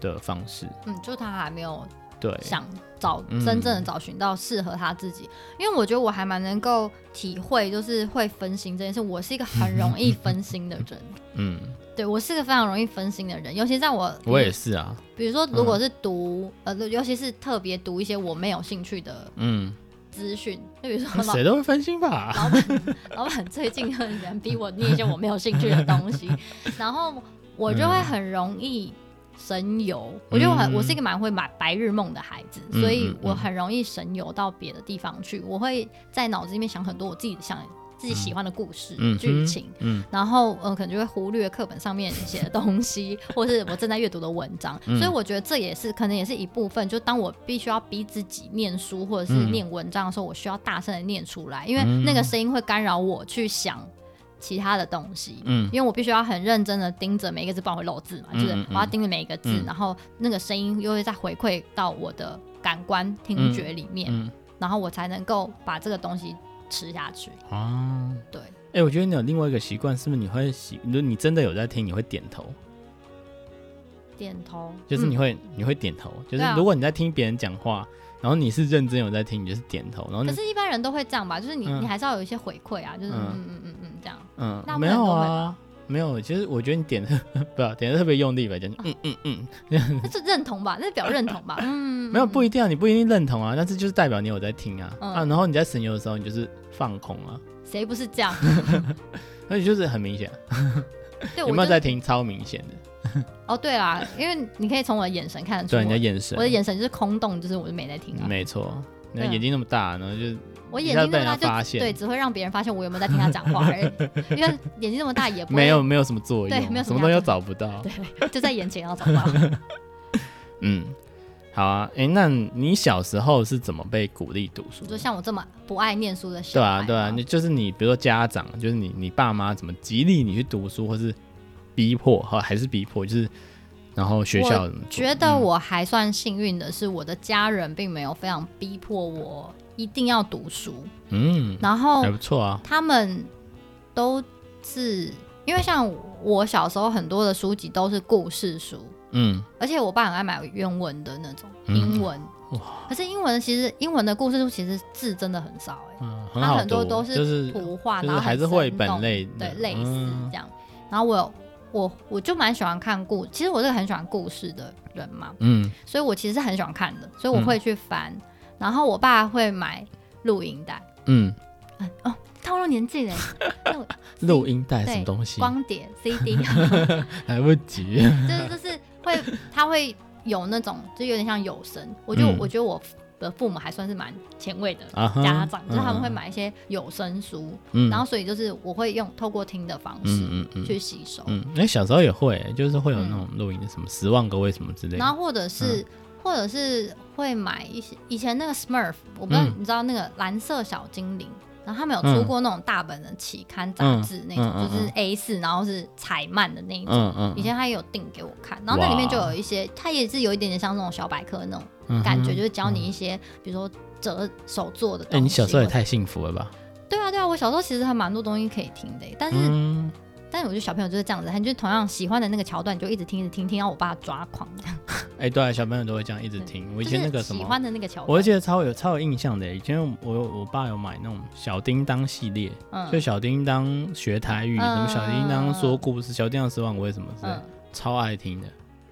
Speaker 3: 的方式，
Speaker 2: 嗯，就他还没有
Speaker 3: 对，
Speaker 2: 想找
Speaker 3: 嗯
Speaker 2: 真正的找寻到适合他自己，因为我觉得我还蛮能够体会，就是会分心这件事。我是一个很容易分心的人，
Speaker 3: 嗯，
Speaker 2: 对我是个非常容易分心的人，尤其在我
Speaker 3: 我也是啊，
Speaker 2: 比如说，如果是读、呃，尤其是特别读一些我没有兴趣的
Speaker 3: 嗯，
Speaker 2: 资讯，就比如 说老
Speaker 3: 谁都会分心吧，
Speaker 2: 老 板老板最近很喜欢逼我念一些我没有兴趣的东 西，然后我就会很容易神游。我觉得我很
Speaker 3: 嗯
Speaker 2: 我是一个蛮会买白日梦的孩子，
Speaker 3: 嗯
Speaker 2: 所以我很容易神游到别的地方去。我会在脑子里面想很多我自己想自己喜欢的故事
Speaker 3: 嗯，
Speaker 2: 剧、情。
Speaker 3: 嗯，
Speaker 2: 然后，呃，可能就会忽略课本上面写的东 西，或是我正在阅读的文章，
Speaker 3: 嗯
Speaker 2: 所以我觉得这也是可能也是一部分。就当我必须要逼自己念书或者是
Speaker 3: 嗯
Speaker 2: 念文章的时候，我需要大声的念出来，因为
Speaker 3: 嗯
Speaker 2: 那个声音会干扰我去想其他的东西。
Speaker 3: 嗯
Speaker 2: 因为我必须要很认真的盯着每一个字，不然我会漏字嘛，
Speaker 3: 嗯
Speaker 2: 就是
Speaker 3: 嗯
Speaker 2: 我要盯着每一个字，
Speaker 3: 嗯
Speaker 2: 然后那个声音又会再回馈到我的感官听觉里面，
Speaker 3: 嗯
Speaker 2: 然后我才能够把这个东西吃下去。
Speaker 3: 啊，
Speaker 2: 对，
Speaker 3: 哎、我觉得你有另外一个习惯，是不是你会喜，如果你真的有在听，你会点头。
Speaker 2: 点头
Speaker 3: 就是
Speaker 2: 嗯
Speaker 3: 你会、你会点头，
Speaker 2: 对
Speaker 3: 就是
Speaker 2: 啊
Speaker 3: 如果你在听别人讲话，然后你是认真有在听，你就是点头，然后你
Speaker 2: 可是，一般人都会这样吧？就是你，
Speaker 3: 嗯
Speaker 2: 你还是要有一些回馈啊，就是
Speaker 3: 嗯
Speaker 2: 嗯嗯嗯嗯这样。
Speaker 3: 嗯
Speaker 2: 那，不
Speaker 3: 没
Speaker 2: 然
Speaker 3: 有
Speaker 2: 都会
Speaker 3: 啊，没有，其实我觉得你点 的不要点的特别用力吧，讲嗯嗯嗯，
Speaker 2: 那是认同吧？那是表认同吧？嗯，
Speaker 3: 没有不
Speaker 2: 一
Speaker 3: 一定啊，你不一定认同啊，但是就是代表你有在听啊、
Speaker 2: 嗯
Speaker 3: 啊，然后你在神游的时候，你就是放空啊，
Speaker 2: 谁不是这样？
Speaker 3: 那你就是很明显，啊
Speaker 2: 对，
Speaker 3: 有
Speaker 2: 我
Speaker 3: 没有
Speaker 2: 就
Speaker 3: 在听？超明显的，
Speaker 2: 哦，对啦，因为你可以从我的眼神看得出
Speaker 3: 对，你的
Speaker 2: 我，
Speaker 3: 眼神，嗯
Speaker 2: 我的眼神就是空洞，就是我就没在听啊。
Speaker 3: 没错，你的
Speaker 2: 对啊
Speaker 3: 眼睛那么大，然后就
Speaker 2: 我
Speaker 3: 一
Speaker 2: 眼
Speaker 3: 下
Speaker 2: 睛
Speaker 3: 被
Speaker 2: 那么
Speaker 3: 人家
Speaker 2: 大
Speaker 3: 发
Speaker 2: 就只
Speaker 3: 现
Speaker 2: 对，只会让别人发现我有没有在听他讲话而 已。因为眼睛那么大也不会
Speaker 3: 没有，没有什么作用，啊
Speaker 2: 对没有什
Speaker 3: 什
Speaker 2: 么
Speaker 3: 么东西
Speaker 2: 要
Speaker 3: 都找不到，
Speaker 2: 对，就在眼前要找到。
Speaker 3: 嗯，好啊，哎、那你小时候是怎么被鼓励读书
Speaker 2: 你
Speaker 3: 的？
Speaker 2: 说像我这么不爱念书的小
Speaker 3: 对
Speaker 2: 孩
Speaker 3: 啊，
Speaker 2: 吗
Speaker 3: 对啊，你就是你，比如说家长，就是你，你爸妈怎么激励你去读书，或是逼迫，哈，还是逼迫，就是然后学校怎么做
Speaker 2: 觉得我还算幸运的是，我的家人并没有非常逼迫我一定要读书，
Speaker 3: 嗯，
Speaker 2: 然后
Speaker 3: 还不错啊，
Speaker 2: 他们都是因为像我小时候很多的书籍都是故事书，
Speaker 3: 嗯，
Speaker 2: 而且我爸很爱买原文的那种
Speaker 3: 嗯
Speaker 2: 英文。
Speaker 3: 哇
Speaker 2: 可是英文其实英文的故事书其实字真的很少哎、
Speaker 3: 嗯，
Speaker 2: 它
Speaker 3: 很好
Speaker 2: 很多
Speaker 3: 读
Speaker 2: 都
Speaker 3: 就是是
Speaker 2: 图画，
Speaker 3: 就
Speaker 2: 啊然
Speaker 3: 是
Speaker 2: 后
Speaker 3: 还
Speaker 2: 很
Speaker 3: 是绘
Speaker 2: 生
Speaker 3: 本
Speaker 2: 动
Speaker 3: 类的，
Speaker 2: 对类似
Speaker 3: 嗯
Speaker 2: 这样。然后我有我我就蛮喜欢看故，其实我是个很喜欢故事的人嘛，
Speaker 3: 嗯
Speaker 2: 所以我其实是很喜欢看的，所以我会去翻。然后我爸会买录音带，
Speaker 3: 嗯，
Speaker 2: 嗯哦，透露年纪嘞，那我
Speaker 3: 录音带
Speaker 2: 对
Speaker 3: 什么东西，
Speaker 2: 光碟 CD，
Speaker 3: 来不及，
Speaker 2: 就是就是会，他会有那种，就有点像有声。我就、
Speaker 3: 嗯
Speaker 2: 我觉得我的父母还算是蛮前卫的
Speaker 3: 啊哈
Speaker 2: 家长，就是他们会
Speaker 3: 嗯
Speaker 2: 买一些有声书，
Speaker 3: 嗯
Speaker 2: 然后所以就是我会用透过听的方式
Speaker 3: 嗯嗯嗯
Speaker 2: 去吸收，
Speaker 3: 嗯，那小时
Speaker 2: 嗯
Speaker 3: 候也会，就是会有那种录音的什么《十万个为什么》之类的，
Speaker 2: 然后或者是、或者是会买一些以前那个 Smurf，我不知道、
Speaker 3: 嗯
Speaker 2: 你知道那个蓝色小精灵，然后他们有出过那种大本的期刊杂志那种，
Speaker 3: 嗯嗯嗯
Speaker 2: 就是 A 四，然后是彩漫的那一种。
Speaker 3: 嗯嗯，哦
Speaker 2: 以前他也有订给我看，然后那里面就有一些，它也是有一点点像那种小百科那种感觉，
Speaker 3: 嗯哼
Speaker 2: 就是教你一些，比如说折手做的东
Speaker 3: 哎、
Speaker 2: 西。
Speaker 3: 你小时候也
Speaker 2: 或者
Speaker 3: 太幸福了吧？
Speaker 2: 对啊对啊，我小时候其实还蛮多东西可以听的，但是、
Speaker 3: 嗯，
Speaker 2: 但是我觉得小朋友就是这样子，他就是同样喜欢的那个桥段，你就一直听一直听，听到我爸抓狂这样。
Speaker 3: 哎、对、啊，小朋友都会这样一直听。我以前那个
Speaker 2: 就是
Speaker 3: 什
Speaker 2: 喜
Speaker 3: 么，
Speaker 2: 欢的那个桥段，
Speaker 3: 我记得超有超有印象的。以前我我爸有买那种小叮当系列，
Speaker 2: 嗯
Speaker 3: 就小叮当学台语，什么小叮当说故事，小叮当十万个为什么之
Speaker 2: 嗯
Speaker 3: 类的，，超爱听的，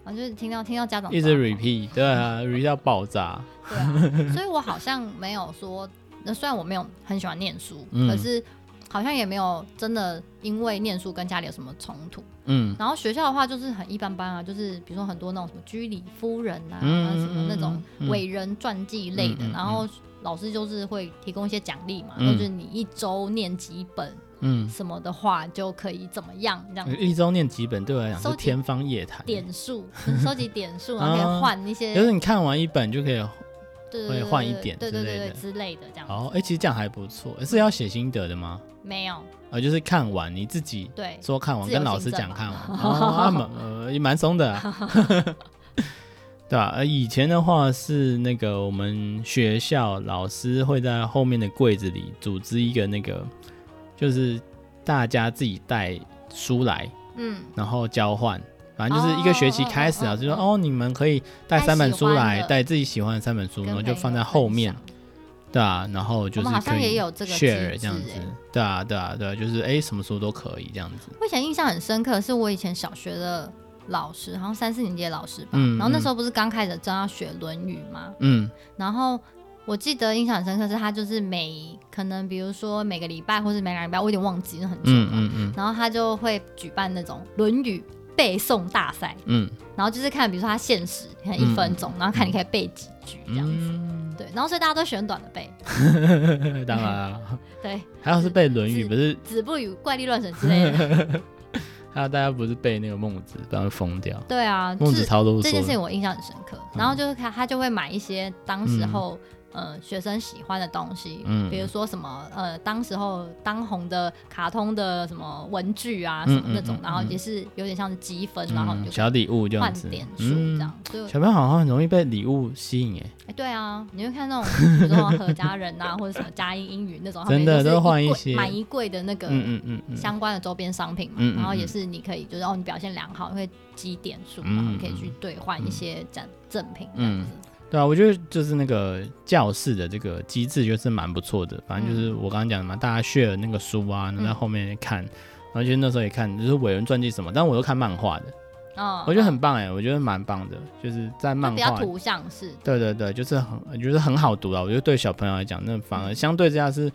Speaker 2: 然后就是听到听到家长
Speaker 3: 一
Speaker 2: 抓
Speaker 3: 直
Speaker 2: 狂
Speaker 3: repeat，对啊，repeat 到爆炸。
Speaker 2: 对啊，所以我好像没有说，那虽然我没有很喜欢念书，
Speaker 3: 嗯
Speaker 2: 可是好像也没有真的因为念书跟家里有什么冲突。
Speaker 3: 嗯
Speaker 2: 然后学校的话就是很一般般啊，就是比如说很多那种什么居里夫人啊，
Speaker 3: 嗯
Speaker 2: 什么那种伟人传记类的，
Speaker 3: 嗯嗯嗯
Speaker 2: 然后老师就是会提供一些奖励嘛，
Speaker 3: 嗯
Speaker 2: 就是你一周念几本
Speaker 3: 嗯，呃
Speaker 2: 什么的话就可以怎么样这样子。
Speaker 3: 一周念几本对我来讲
Speaker 2: 收
Speaker 3: 是
Speaker 2: 集
Speaker 3: 天方夜谭。
Speaker 2: 点数，收集点数，
Speaker 3: 啊
Speaker 2: 然后可以换一些，
Speaker 3: 就是你看完一本就可以，
Speaker 2: 对对
Speaker 3: 会
Speaker 2: 对
Speaker 3: 换一点
Speaker 2: 对对对
Speaker 3: 之类
Speaker 2: 对
Speaker 3: 的
Speaker 2: 之类的这样。
Speaker 3: 哦，哎、其实这样还不错，是要写心得的吗？
Speaker 2: 没有，
Speaker 3: 呃，就是看完你自己
Speaker 2: 对，
Speaker 3: 说看完，
Speaker 2: 自由
Speaker 3: 跟老
Speaker 2: 行
Speaker 3: 师
Speaker 2: 政
Speaker 3: 讲
Speaker 2: 吧
Speaker 3: 看完，哦，啊蛮呃也蛮松的、啊， 对吧、呃，以前的话是那个我们学校老师会在后面的柜子里组织一个那个，就是大家自己带书来，
Speaker 2: 嗯，
Speaker 3: 然后交换。反正就是一个学期开始
Speaker 2: 哦
Speaker 3: 啊，
Speaker 2: 哦哦
Speaker 3: 就说
Speaker 2: 哦
Speaker 3: 哦，你们可以
Speaker 2: 带
Speaker 3: 带三本
Speaker 2: 喜
Speaker 3: 书
Speaker 2: 欢
Speaker 3: 来，
Speaker 2: 的
Speaker 3: 带自己喜欢的三本书，
Speaker 2: 跟
Speaker 3: 然后
Speaker 2: 朋
Speaker 3: 就
Speaker 2: 友
Speaker 3: 放在后
Speaker 2: 分
Speaker 3: 面
Speaker 2: 享，
Speaker 3: 对啊，然后就
Speaker 2: 我
Speaker 3: 是
Speaker 2: 们好像
Speaker 3: 可以
Speaker 2: 也有这个机
Speaker 3: share 这样
Speaker 2: 制
Speaker 3: 子
Speaker 2: 欸，
Speaker 3: 对啊，对啊，对啊，就是哎，什么书都可以这样子，
Speaker 2: 我以前印象很深刻，是我以前小学的老师，好像三四年级的老师吧。
Speaker 3: 嗯
Speaker 2: 然后那时
Speaker 3: 候，
Speaker 2: 候不是刚开始正要学《论语》吗？
Speaker 3: 嗯
Speaker 2: 然后我记得印象很深刻是他就是每可能比如说每个礼拜或是每两个礼拜，我有点忘记，那很久了。
Speaker 3: 嗯嗯嗯
Speaker 2: 然后他就会举办那种《论语》背诵大赛，
Speaker 3: 嗯
Speaker 2: 然后就是看比如说他限时，可能一分钟，然后看你可以背几句这样子。
Speaker 3: 嗯，
Speaker 2: 对，然后所以大家都选短的背，
Speaker 3: 当然啊，
Speaker 2: 对，
Speaker 3: 还有是背《论语》，
Speaker 2: 是
Speaker 3: 不是，
Speaker 2: 子不语怪力乱神之类 的。
Speaker 3: 还有大家不是背那个孟子，不然会疯掉，
Speaker 2: 对啊，
Speaker 3: 孟
Speaker 2: 是
Speaker 3: 子超啰
Speaker 2: 这件事
Speaker 3: 嗦的，嗯
Speaker 2: 情我印象很深刻。然后就是他他就会买一些当时候、呃学生喜欢的东西，
Speaker 3: 嗯
Speaker 2: 比如说什么呃当时候当红的卡通的什么文具啊
Speaker 3: 嗯
Speaker 2: 什么那种，
Speaker 3: 嗯嗯
Speaker 2: 然后也是有点像是积分，然后你
Speaker 3: 嗯，
Speaker 2: 就
Speaker 3: 小礼物这样
Speaker 2: 换
Speaker 3: 子
Speaker 2: 点，数这
Speaker 3: 嗯
Speaker 2: 样。，所以我
Speaker 3: 小朋友好像很容易被礼物吸引，哎，
Speaker 2: 哎对啊，你会看那种比如说何家人 啊或者什么佳音英语那种，他们
Speaker 3: 真的
Speaker 2: 也是
Speaker 3: 都换一
Speaker 2: 柜
Speaker 3: 些
Speaker 2: 买一柜的那个。
Speaker 3: 嗯嗯嗯嗯，
Speaker 2: 相关的周边商品嘛，
Speaker 3: 嗯嗯
Speaker 2: 然后也是你可以，就是哦，你表现良好，会积点数，
Speaker 3: 嗯
Speaker 2: 然后可以
Speaker 3: 嗯
Speaker 2: 去兑换一些奖赠品这
Speaker 3: 嗯
Speaker 2: 样子。
Speaker 3: 对啊，我觉得就是那个教室的这个机制就是蛮不错的，反正
Speaker 2: 嗯
Speaker 3: 就是我刚刚讲的嘛，大家 share 那个书啊，然后在后面看，然后其实那时候也看，就是伟人传记什么，但我都看漫画的，
Speaker 2: 嗯，
Speaker 3: 我觉得
Speaker 2: 嗯
Speaker 3: 很棒哎、我觉得蛮棒的，就是在
Speaker 2: 就
Speaker 3: 漫
Speaker 2: 比较
Speaker 3: 画，
Speaker 2: 图像式的。
Speaker 3: 对对对，就是很就是很好读啊，我觉得对小朋友来讲，那反
Speaker 2: 嗯
Speaker 3: 而相对之下是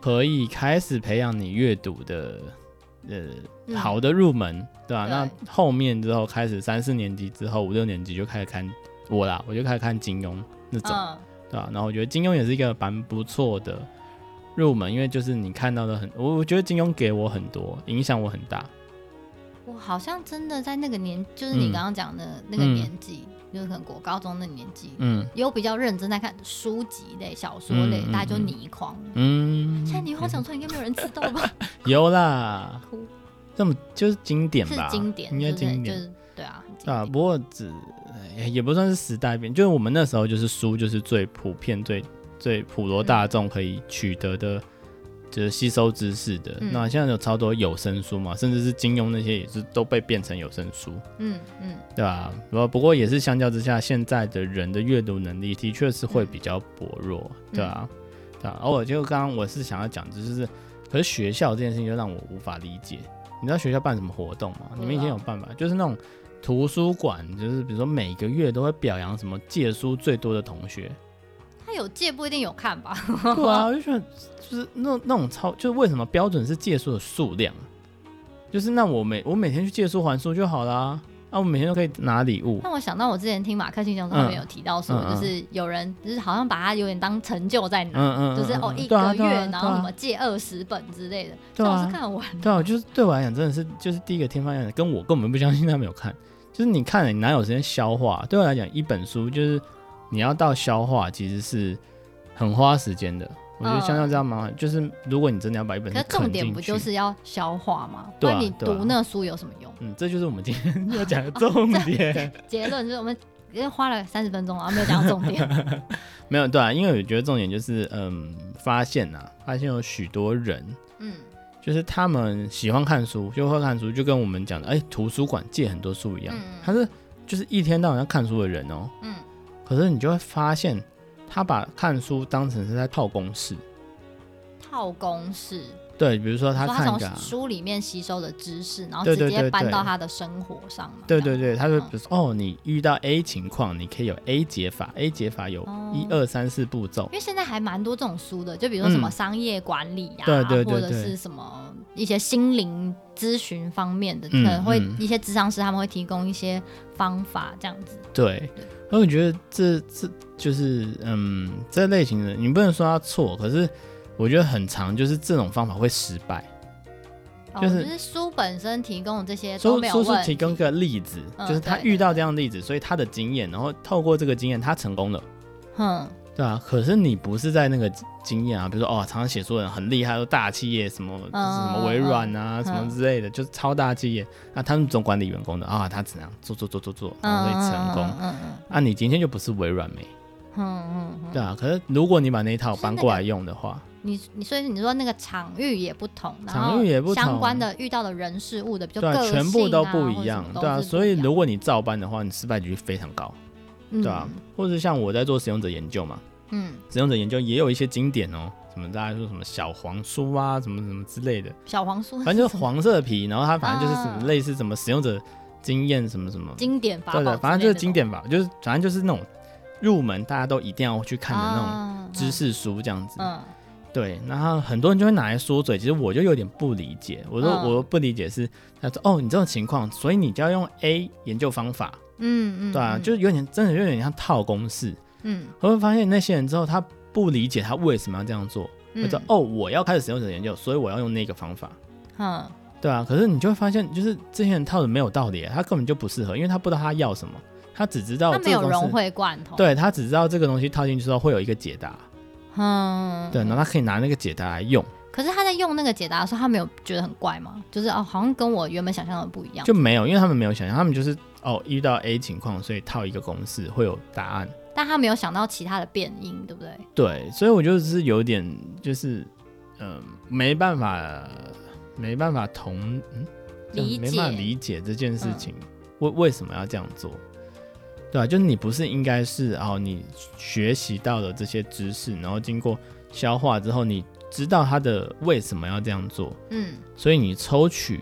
Speaker 3: 可以开始培养你阅读的。呃，
Speaker 2: 嗯
Speaker 3: 好的入门，对吧、
Speaker 2: 对
Speaker 3: 那后面之后开始三四年级之后，五六年级就开始看我啦，我就开始看金庸那种。
Speaker 2: 嗯，
Speaker 3: 对啊，然后我觉得金庸也是一个蛮不错的入门，因为就是你看到的很，我我觉得金庸给我很多影响，我很大。
Speaker 2: 我好像真的在那个年，就是你
Speaker 3: 嗯
Speaker 2: 刚刚讲的那个
Speaker 3: 嗯
Speaker 2: 年纪，就是可能国高中那年纪，
Speaker 3: 嗯
Speaker 2: 有比较认真在看书籍类、小说类，
Speaker 3: 嗯嗯
Speaker 2: 大概就倪匡。
Speaker 3: 嗯，
Speaker 2: 现在倪匡讲出来应该没有人知道吧？
Speaker 3: 有啦
Speaker 2: 哭，
Speaker 3: 这么就是经典
Speaker 2: 是
Speaker 3: 吧，
Speaker 2: 经典，
Speaker 3: 应该
Speaker 2: 就是
Speaker 3: 经
Speaker 2: 就
Speaker 3: 典。
Speaker 2: 是对啊，很经
Speaker 3: 对啊，
Speaker 2: 典。
Speaker 3: 不过只哎也也不算是时代变，就是我们那时候就是书就是最普遍、最最普罗大众可以取得的，就是吸收知识的。
Speaker 2: 嗯
Speaker 3: 那现在有超多有声书嘛，甚至是金庸那些也是都被变成有声书。
Speaker 2: 嗯嗯，
Speaker 3: 对啊，不不过也是相较之下，现在的人的阅读能力的确是会比较薄弱，
Speaker 2: 嗯
Speaker 3: 对啊，对啊。而我就刚刚我是想要讲，就是可是学校这件事情就让我无法理解。你知道学校办什么活动吗？
Speaker 2: 知道
Speaker 3: 你们以前有办吧？就是那种图书馆，就是比如说每个月都会表扬什么借书最多的同学。
Speaker 2: 他有借不一定有看吧？
Speaker 3: 对啊，我就觉得就是那那种超，就是为什么标准是借书的数量啊？就是那我每我每天去借书还书就好啦，啊，我每天都可以拿礼物。
Speaker 2: 让我想到我之前听马克信箱
Speaker 3: 嗯
Speaker 2: 上面有提到说，
Speaker 3: 嗯嗯
Speaker 2: 就是有人就是好像把他有点当成就在拿，
Speaker 3: 嗯嗯，
Speaker 2: 就是哦
Speaker 3: 嗯嗯
Speaker 2: 一
Speaker 3: 对
Speaker 2: 个
Speaker 3: 啊对
Speaker 2: 月
Speaker 3: 啊
Speaker 2: 然后
Speaker 3: 对啊
Speaker 2: 什么借二十本之类的，这
Speaker 3: 对
Speaker 2: 我是
Speaker 3: 啊，
Speaker 2: 看完
Speaker 3: 对啊，就是对我来讲真的是就是第一个天方夜谭，跟 啊我根本不相信他没有看，就是你看了你哪有时间消化？对我来讲，一本书就是你要到消化其实是很花时间的。我觉得像像这样蛮好，就是如果你真的要把一本
Speaker 2: 嗯可
Speaker 3: 书
Speaker 2: 是重
Speaker 3: 啃
Speaker 2: 点
Speaker 3: 进
Speaker 2: 不
Speaker 3: 去
Speaker 2: 就，是要消化吗？不
Speaker 3: 对啊
Speaker 2: 然你
Speaker 3: 对啊啊
Speaker 2: 读那书有什么用？
Speaker 3: 嗯，这就是我们今天要讲的重点。
Speaker 2: 结论就是我们因为花了三十分钟啊，没有讲到重点。
Speaker 3: 没有对啊，因为我觉得重点就是，嗯，发现呐、发现有许多人，
Speaker 2: 嗯，
Speaker 3: 就是他们喜欢看书，就会看书，就跟我们讲的，哎、图书馆借很多书一样，
Speaker 2: 嗯
Speaker 3: 他是就是一天到晚要看书的人哦、
Speaker 2: 嗯
Speaker 3: 可是你就会发现，他把看书当成是在套公式。
Speaker 2: 套公式，
Speaker 3: 对，比如说他
Speaker 2: 说他
Speaker 3: 看个、啊
Speaker 2: 从书里面吸收的知识，然后
Speaker 3: 对
Speaker 2: 直
Speaker 3: 对对
Speaker 2: 接搬
Speaker 3: 对
Speaker 2: 到他的生活上嘛。
Speaker 3: 对
Speaker 2: 这样
Speaker 3: 对对，他会
Speaker 2: 嗯
Speaker 3: 比如说、哦，你遇到 A 情况，你可以有 A 解法，A 解法有
Speaker 2: 哦
Speaker 3: 一二三四步骤
Speaker 2: 因。为现在还蛮多这种书的，就比如说什么
Speaker 3: 嗯
Speaker 2: 商业管理呀、
Speaker 3: 对对对
Speaker 2: 或者
Speaker 3: 对
Speaker 2: 是什么一些心灵咨询方面的，
Speaker 3: 嗯
Speaker 2: 可能会
Speaker 3: 嗯
Speaker 2: 一些智商师他们会提供一些方法这样子。
Speaker 3: 对
Speaker 2: 对，
Speaker 3: 而我觉得这这就是嗯，这类型的你不能说他错，可是我觉得很长，就是这种方法会失败。
Speaker 2: 哦，
Speaker 3: 就
Speaker 2: 就是是书本身提供的这些都
Speaker 3: 叔
Speaker 2: 没有
Speaker 3: 叔叔
Speaker 2: 问
Speaker 3: 提
Speaker 2: 题。
Speaker 3: 供个例子，
Speaker 2: 嗯
Speaker 3: 就是他
Speaker 2: 对
Speaker 3: 遇到这样的例子，所以他的经验，然后透过这个经验，他成功了。
Speaker 2: 嗯，
Speaker 3: 对啊，可是你不是在那个经验啊，比如说哦，常常写书的人很厉害，都大企业什么、什么微软啊、
Speaker 2: 嗯
Speaker 3: 什么之类的，就是超大企业。那他们总管理员工的啊，他怎样做做做做做，然后
Speaker 2: 嗯
Speaker 3: 所以哦成功。
Speaker 2: 嗯嗯
Speaker 3: 啊，你今天就不是微软没？
Speaker 2: 嗯嗯嗯嗯。
Speaker 3: 对啊，可是如果你把那一套搬过来用的话，
Speaker 2: 你你所以你说那个场域也不同，然
Speaker 3: 场域
Speaker 2: 后
Speaker 3: 也不同
Speaker 2: 相关的遇到的人事物的比较
Speaker 3: 对啊，
Speaker 2: 个性啊
Speaker 3: 全部都不一样
Speaker 2: 或者什么都是不一样。
Speaker 3: 对啊，所以如果你照搬的话，你失败几率非常高。
Speaker 2: 嗯
Speaker 3: 对啊，或者像我在做使用者研究嘛，
Speaker 2: 嗯，
Speaker 3: 使用者研究也有一些经典哦，什么大家说什么小黄书啊，什么什么之类的，
Speaker 2: 小黄书
Speaker 3: 反正就是黄色皮，然后它反正就是 什
Speaker 2: 啊
Speaker 3: 么类似什么使用者经验什么什么，
Speaker 2: 经典法宝
Speaker 3: 对
Speaker 2: 之类的
Speaker 3: 的，
Speaker 2: 那种，
Speaker 3: 反正就是经典吧，就是反正就是那种入门大家都一定要去看的那种
Speaker 2: 啊
Speaker 3: 知识书这样子。
Speaker 2: 嗯
Speaker 3: 对，然后很多人就会拿来说嘴，其实我就有点不理解，我说
Speaker 2: 嗯
Speaker 3: 我不理解是他说哦，你这种情况，所以你就要用 A 研究方法，
Speaker 2: 嗯嗯，
Speaker 3: 对啊，
Speaker 2: 嗯
Speaker 3: 就是有点真的有点像套公式。
Speaker 2: 嗯，
Speaker 3: 我会发现那些人之后，他不理解他为什么要这样做，
Speaker 2: 嗯
Speaker 3: 或者、哦，我要开始使用者研究，所以我要用那个方法，
Speaker 2: 嗯
Speaker 3: 对啊。可是你就会发现，就是这些人套的没有道理，他根本就不适合，因为他不知道他要什么，他只知道
Speaker 2: 它
Speaker 3: 这
Speaker 2: 没
Speaker 3: 个
Speaker 2: 有
Speaker 3: 东
Speaker 2: 融
Speaker 3: 西，
Speaker 2: 会贯通，，
Speaker 3: 对他只知道这个东西套进去之后会有一个解答，
Speaker 2: 嗯，
Speaker 3: 对，然后他可以拿那个解答来用，
Speaker 2: 可是他在用那个解答的时候，他没有觉得很怪吗？就是哦，好像跟我原本想象的不一样，
Speaker 3: 就没有，因为他们没有想象，他们就是哦遇到 A 情况，所以套一个公式会有答案，
Speaker 2: 但他没有想到其他的变音，对不对？
Speaker 3: 对，所以我就是有点就是嗯、呃没办法。没办法同就
Speaker 2: 理
Speaker 3: 没
Speaker 2: 解嗯
Speaker 3: 办法理解这件事情，为、为什么要这样做？对啊，就是你不是应该是哦，你学习到了这些知识，然后经过消化之后，你知道它的为什么要这样做，
Speaker 2: 嗯
Speaker 3: 所以你抽取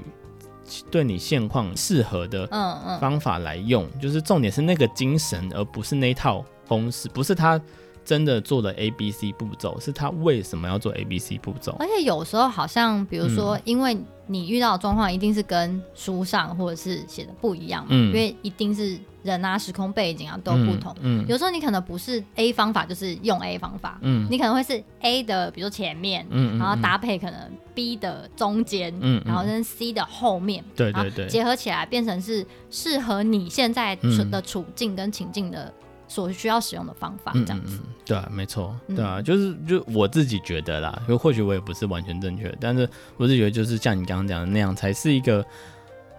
Speaker 3: 对你现况适合的
Speaker 2: 嗯嗯，
Speaker 3: 方法来用，就是重点是那个精神，而不是那一套公式，不是他真的做了 A B C 步骤，是他为什么要做 A B C 步骤？
Speaker 2: 而且有时候好像，比如说，
Speaker 3: 嗯
Speaker 2: 因为你遇到的状况一定是跟书上或者是写的不一样嘛，
Speaker 3: 嗯
Speaker 2: 因为一定是人啊、时空背景啊都
Speaker 3: 嗯
Speaker 2: 不同。
Speaker 3: 嗯
Speaker 2: 有时候你可能不是 A 方法，就是用 A 方法，
Speaker 3: 嗯
Speaker 2: 你可能会是 A 的，比如说前面，
Speaker 3: 嗯嗯
Speaker 2: 然后
Speaker 3: 嗯
Speaker 2: 搭配可能 B 的中间，
Speaker 3: 嗯嗯
Speaker 2: 然后跟 C 的后面，
Speaker 3: 对
Speaker 2: 然后
Speaker 3: 对对
Speaker 2: 结合起来变成是适合你现在处
Speaker 3: 嗯
Speaker 2: 的处境跟情境的所需要使用的方法，这样子。
Speaker 3: 嗯嗯嗯对啊，没错，对
Speaker 2: 嗯
Speaker 3: 啊，就是就我自己觉得啦，就或许我也不是完全正确的，但是我是觉得就是像你刚刚讲的那样，才是一个，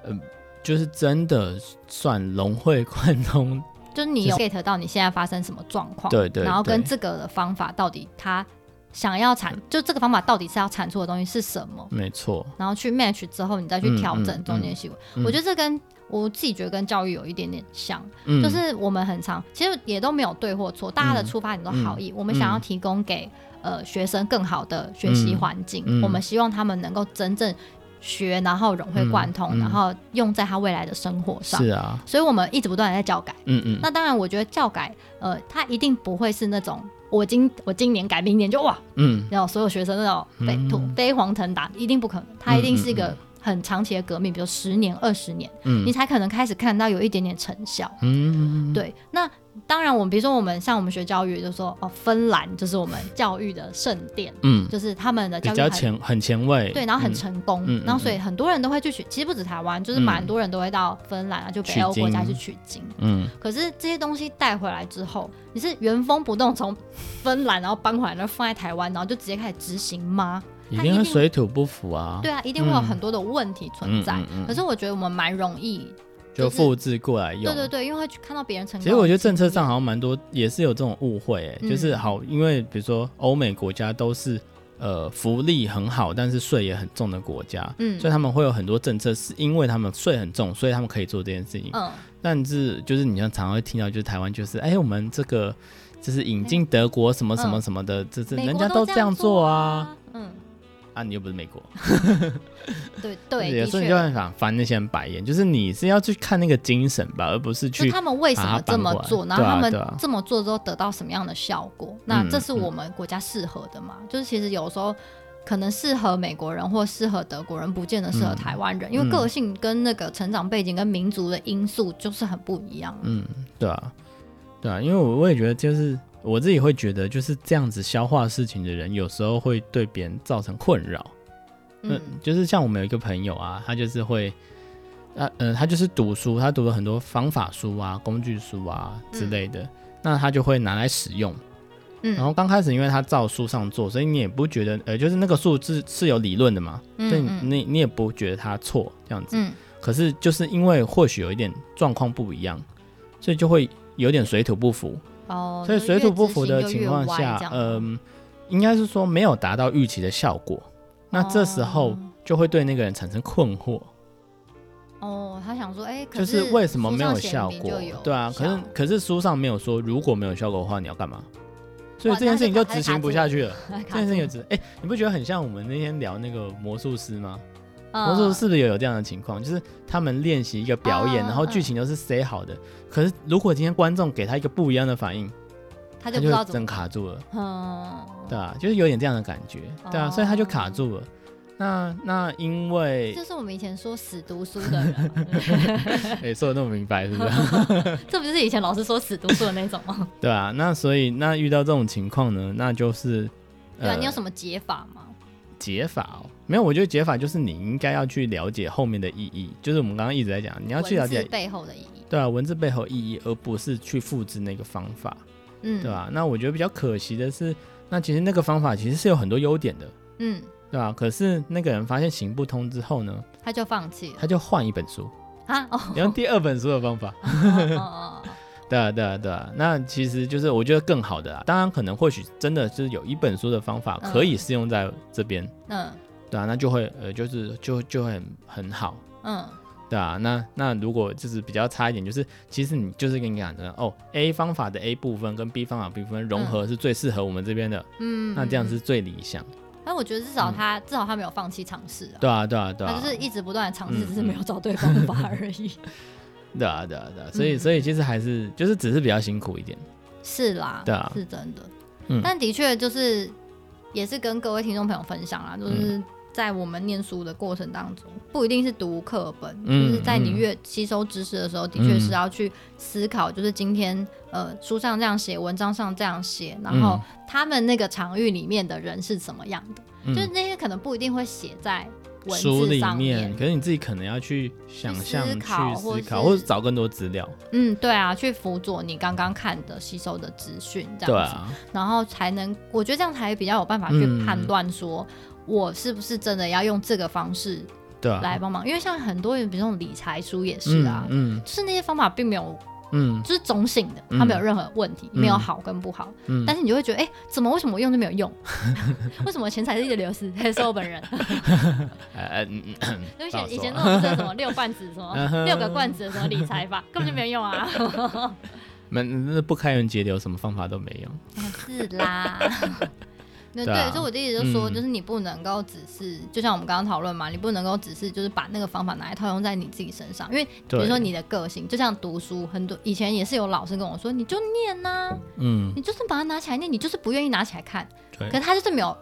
Speaker 3: 呃，就是真的算融会贯通。
Speaker 2: 就是你有 get 到你现在发生什么状况，
Speaker 3: 对对
Speaker 2: 然后跟
Speaker 3: 对嗯
Speaker 2: 这个的方法到底它想要产，就这个方法到底是要产出的东西是什么，
Speaker 3: 没错，
Speaker 2: 然后去 match 之后，你再去
Speaker 3: 嗯
Speaker 2: 调
Speaker 3: 嗯
Speaker 2: 整中间
Speaker 3: 嗯
Speaker 2: 行为。
Speaker 3: 嗯
Speaker 2: 我觉得这跟我自己觉得跟教育有一点点像，
Speaker 3: 嗯，
Speaker 2: 就是我们很常其实也都没有对或错，大家的出发点都好
Speaker 3: 嗯
Speaker 2: 意，我们想要提供给呃学生更好的学习环境，
Speaker 3: 嗯嗯
Speaker 2: 我们希望他们能够真正学，然后融会贯通，
Speaker 3: 嗯嗯
Speaker 2: 然后用在他未来的生活上
Speaker 3: 是。啊，
Speaker 2: 所以我们一直不断的在教改。
Speaker 3: 嗯嗯，
Speaker 2: 那当然，我觉得教改，呃，它一定不会是那种我今我今年改，明年就哇，
Speaker 3: 嗯
Speaker 2: 然后所有学生那种飞
Speaker 3: 嗯
Speaker 2: 土飞黄腾达，一定不可能。它一定是一个很长期的革命，比如十年、二十年，
Speaker 3: 嗯
Speaker 2: 你才可能开始看到有一点点成效。
Speaker 3: 嗯，
Speaker 2: 对，那当然，我们比如说我们像我们学教育，就说哦，芬兰就是我们教育的圣殿，
Speaker 3: 嗯，
Speaker 2: 就是他们的
Speaker 3: 比
Speaker 2: 教育
Speaker 3: 较
Speaker 2: 很
Speaker 3: 前很前卫，
Speaker 2: 对，然后很
Speaker 3: 嗯
Speaker 2: 成功，
Speaker 3: 嗯嗯
Speaker 2: 然后所以很多人都会去取，其实不止台湾，就是
Speaker 3: 嗯
Speaker 2: 蛮多人都会到芬兰啊，就北
Speaker 3: 取
Speaker 2: 欧国家去
Speaker 3: 经
Speaker 2: 取经。
Speaker 3: 嗯，
Speaker 2: 可是这些东西带回来之后，你是原封不动从芬兰然后搬回来，然后放在台湾，然后就直接开始执行吗？
Speaker 3: 一
Speaker 2: 它
Speaker 3: 定
Speaker 2: 一
Speaker 3: 会
Speaker 2: 定
Speaker 3: 水土不服啊，
Speaker 2: 对，啊，一定会有
Speaker 3: 嗯
Speaker 2: 很多的问题存
Speaker 3: 嗯
Speaker 2: 在。
Speaker 3: 嗯嗯
Speaker 2: 可是我觉得我们蛮容易，
Speaker 3: 就
Speaker 2: 就是
Speaker 3: 复制过来用。
Speaker 2: 对对对，因为会去看到别人成功。
Speaker 3: 其实我觉得
Speaker 2: 哦
Speaker 3: 政策上，好像蛮多也是有这种误会、欸，
Speaker 2: 嗯
Speaker 3: 就是好，因为比如说欧美国家都是呃福利很好，但是税也很重的国家，
Speaker 2: 嗯
Speaker 3: 所以他们会有很多政策，是因为他们税很重，所以他们可以做这件事情。
Speaker 2: 嗯，
Speaker 3: 但是就是你像常常会听到，就是台湾就是哎、我们这个就是引进德国什么什么什么的，这
Speaker 2: 嗯
Speaker 3: 这
Speaker 2: 美
Speaker 3: 人
Speaker 2: 国
Speaker 3: 家都
Speaker 2: 这
Speaker 3: 这样
Speaker 2: 做
Speaker 3: 做啊，，
Speaker 2: 嗯，
Speaker 3: 啊你又不是美国，
Speaker 2: 对对，
Speaker 3: 有
Speaker 2: 的
Speaker 3: 时候
Speaker 2: 确
Speaker 3: 你就，会想翻那些人白眼，就是你是要去看那个精神吧，而不是
Speaker 2: 就
Speaker 3: 去
Speaker 2: 他们为什么这么做，
Speaker 3: 把
Speaker 2: 然
Speaker 3: 它
Speaker 2: 后
Speaker 3: 搬过来
Speaker 2: 他们
Speaker 3: 对啊对啊
Speaker 2: 这么做之后得到什么样的效果？那
Speaker 3: 嗯
Speaker 2: 这是我们国家适合的嘛？就是其实有时候可能适合美国人或适合德国人，不见得适合
Speaker 3: 嗯
Speaker 2: 台湾人，因为
Speaker 3: 嗯
Speaker 2: 个性跟那个成长背景跟民族的因素就是很不一样。
Speaker 3: 嗯，对啊，对啊，因为我我也觉得，就是我自己会觉得，就是这样子消化事情的人，有时候会对别人造成困扰。嗯、
Speaker 2: 嗯
Speaker 3: 就是像我们有一个朋友啊，他就是会，啊，嗯、他就是读书，他读了很多方法书啊、工具书啊之类的，那他就会拿来使用。然
Speaker 2: 嗯
Speaker 3: 后刚开始，因为他照书上做，所以你也不觉得，呃，就是那个数字是有理论的嘛，所以
Speaker 2: 嗯嗯
Speaker 3: 你你也不觉得他错这样子。
Speaker 2: 嗯，
Speaker 3: 可是就是因为或许有一点状况不一样，所以就会有点水土不服。
Speaker 2: 哦，
Speaker 3: 所以
Speaker 2: 就
Speaker 3: 水
Speaker 2: 越
Speaker 3: 土不
Speaker 2: 执
Speaker 3: 服
Speaker 2: 行
Speaker 3: 的
Speaker 2: 就
Speaker 3: 情
Speaker 2: 越
Speaker 3: 况
Speaker 2: 歪
Speaker 3: 下
Speaker 2: 这，样吗
Speaker 3: 嗯、应该是说没有达到预期的效果。那这时候
Speaker 2: 哦
Speaker 3: 就会对那个人产生困惑，
Speaker 2: 哦，他想说，哎，可
Speaker 3: 就是为什么
Speaker 2: 书
Speaker 3: 没
Speaker 2: 上
Speaker 3: 有
Speaker 2: 写
Speaker 3: 效
Speaker 2: 明
Speaker 3: 果
Speaker 2: 就有？
Speaker 3: 对啊，可
Speaker 2: 效
Speaker 3: 是可是书上没有说如果没有效果的话你要干嘛，所以
Speaker 2: 哇
Speaker 3: 这件
Speaker 2: 那
Speaker 3: 事情
Speaker 2: 就
Speaker 3: 就
Speaker 2: 卡
Speaker 3: 执行不下去了。这
Speaker 2: 卡
Speaker 3: 件事情就
Speaker 2: 住
Speaker 3: 执哎、你不觉得很像我们那天聊那个魔术师吗？
Speaker 2: 嗯
Speaker 3: 魔术是不是也有这样的情况？就是他们练习一个表
Speaker 2: 嗯
Speaker 3: 演，
Speaker 2: 嗯
Speaker 3: 然后剧情都是塞好的，可是如果今天观众给他一个不一样的反应，
Speaker 2: 他
Speaker 3: 他
Speaker 2: 就不知道怎
Speaker 3: 真
Speaker 2: 么，
Speaker 3: 卡住了，
Speaker 2: 嗯，
Speaker 3: 对啊，就是有点这样的感觉，对啊，
Speaker 2: 哦
Speaker 3: 所以他就卡住了。那那因 为
Speaker 2: 这是我们以前说死读书的人 嘛，
Speaker 3: 诶、说的那么明白，是不是？
Speaker 2: 这不就是以前老师说死读书的那种吗？
Speaker 3: 对啊，那所以那遇到这种情况呢，那就是
Speaker 2: 对啊，你有
Speaker 3: 么
Speaker 2: 什么解法吗？
Speaker 3: 解法哦？没有，我觉得解法就是你应该要去了解后面的意义，就是我们刚刚一直在讲，你要去了
Speaker 2: 文字
Speaker 3: 解
Speaker 2: 背后的意义，
Speaker 3: 对啊文字背后意义，而不是去复制那个方法。
Speaker 2: 嗯，
Speaker 3: 对啊吧、那我觉得比较可惜的是，那其实那个方法其实是有很多优点的，
Speaker 2: 嗯，
Speaker 3: 对吧、可是那个人发现行不通之后呢，
Speaker 2: 他就放弃了
Speaker 3: 他就换一本书，
Speaker 2: 啊，哦，
Speaker 3: 然后第二本书的 方法。
Speaker 2: 哦哦 哦
Speaker 3: 对啊，对啊，对啊。那其实就是我觉得更好的啦。当然，可能或许真的就是有一本书的方法
Speaker 2: 嗯
Speaker 3: 可以适用在这边，
Speaker 2: 嗯
Speaker 3: 对啊，那就会呃，就是就就会很很好。
Speaker 2: 嗯
Speaker 3: 对啊，那那如果就是比较差一点，就是其实你就是跟你讲的哦，A 方法的 A 部分跟 B 方法 B 部分融合是最适合我们这边的，
Speaker 2: 嗯，
Speaker 3: 那这样
Speaker 2: 嗯，
Speaker 3: 是最理想。
Speaker 2: 但我觉得至少他至少他没有放弃尝试啊，
Speaker 3: 对啊，对啊，嗯对啊，
Speaker 2: 他就是一直不断的尝试，
Speaker 3: 嗯
Speaker 2: 只是没有找对方法而 已。
Speaker 3: 对啊，对啊，对啊，所以
Speaker 2: 嗯
Speaker 3: 所以其实还是就是只是比较辛苦一点，
Speaker 2: 是啦，
Speaker 3: 对啊
Speaker 2: 是真的。
Speaker 3: 嗯
Speaker 2: 但的确就是，也是跟各位听众朋友分享啊，
Speaker 3: 嗯
Speaker 2: 就是在我们念书的过程当中，不一定是读课本，
Speaker 3: 嗯
Speaker 2: 就是在你越吸收知识的时候，的确是要去思考，就是今天呃书上这样写，文章上这样写，然后他们那个场域里面的人是怎么样的，就是
Speaker 3: 嗯嗯，
Speaker 2: 那些可能不一定会写在文
Speaker 3: 书
Speaker 2: 字
Speaker 3: 里
Speaker 2: 上
Speaker 3: 面，可是你自己可能要去想象、
Speaker 2: 去思
Speaker 3: 去思
Speaker 2: 考或
Speaker 3: 考，
Speaker 2: 是
Speaker 3: 或者找更多资料，
Speaker 2: 嗯，对啊，去辅佐你刚刚看的、吸收的资讯，这样子。
Speaker 3: 对啊，
Speaker 2: 然后才能，我觉得这样才比较有办法去
Speaker 3: 嗯
Speaker 2: 判断说，我是不是真的要用这个方式
Speaker 3: 对啊，
Speaker 2: 来帮忙。因为像很多人，比如那种理财书也是啊，
Speaker 3: 嗯
Speaker 2: 就是那些方法并没有，
Speaker 3: 嗯
Speaker 2: 就是中性的，
Speaker 3: 嗯
Speaker 2: 它没有任何问题，
Speaker 3: 嗯
Speaker 2: 没有好跟不好。
Speaker 3: 嗯
Speaker 2: 但是你就会觉得，哎、怎么为什么我用就没有用？ 为什么钱财是一直流失？ 还是我本人？
Speaker 3: 嗯，呃嗯嗯，
Speaker 2: 因为以
Speaker 3: 不好
Speaker 2: 前以
Speaker 3: 说
Speaker 2: 前那种不是什么六罐子什
Speaker 3: 嗯
Speaker 2: 么
Speaker 3: 哼
Speaker 2: 六个罐子的什么理财 法，根本就没有用啊。
Speaker 3: 那那不开源节流，什么方法都没用，
Speaker 2: 是啦。 那
Speaker 3: 对啊
Speaker 2: 对，所以我的意思就是说，
Speaker 3: 嗯
Speaker 2: 就是你不能够只是，就像我们刚刚讨论嘛，你不能够只是就是把那个方法拿来套用在你自己身上，因为比
Speaker 3: 对
Speaker 2: 如说你的个性，就像读书，很多以前也是有老师跟我说，你就念呐、
Speaker 3: 嗯，
Speaker 2: 你就是把它拿起来念，你就是不愿意拿起来看，可是
Speaker 3: 对，
Speaker 2: 他就是没有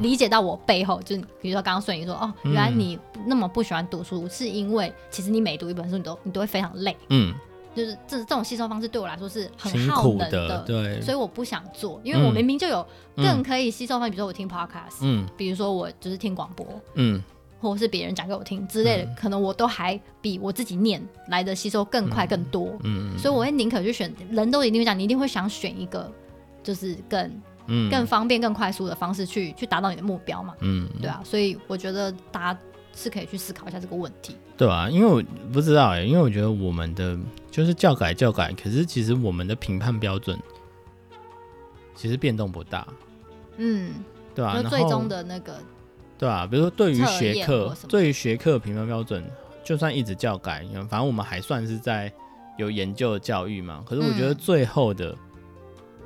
Speaker 2: 理解到我背后，就是比如说刚刚顺宇说，哦，
Speaker 3: 嗯
Speaker 2: 原来你那么不喜欢读书，是因为其实你每读一本书，你都你都会非常累，
Speaker 3: 嗯，
Speaker 2: 就是这这种吸收方式对我来说是很
Speaker 3: 辛
Speaker 2: 耗
Speaker 3: 苦
Speaker 2: 能
Speaker 3: 的，对，
Speaker 2: 所以我不想做，因为我
Speaker 3: 嗯
Speaker 2: 明明就有
Speaker 3: 嗯
Speaker 2: 更可以吸收方式，比如说我听 podcast，、
Speaker 3: 嗯
Speaker 2: 比如说我就是听广播，
Speaker 3: 嗯，
Speaker 2: 或者是别人讲给我听之类的，可能我都还比我自己念来的吸收更快更多，
Speaker 3: 嗯
Speaker 2: 所以我会宁可去选，人都一定会讲，你一定会想选一个就是更
Speaker 3: 嗯
Speaker 2: 更方便、更快速的方式去去达到你的目标嘛，
Speaker 3: 嗯，
Speaker 2: 对啊，所以我觉得大家是可以去思考一下这个问题，
Speaker 3: 对啊，因为我不知道哎、因为我觉得我们的就是教改教改，可是其实我们的评判标准其实变动不大，
Speaker 2: 嗯，
Speaker 3: 对啊，
Speaker 2: 就
Speaker 3: 然
Speaker 2: 最
Speaker 3: 后
Speaker 2: 终的那个，
Speaker 3: 对啊，比如说对于
Speaker 2: 测
Speaker 3: 学
Speaker 2: 验
Speaker 3: 科
Speaker 2: 或什，么
Speaker 3: 对于学科的评分标准，就算一直教改，因为反正我们还算是在有研究的教育嘛。可是我觉得
Speaker 2: 嗯
Speaker 3: 最后的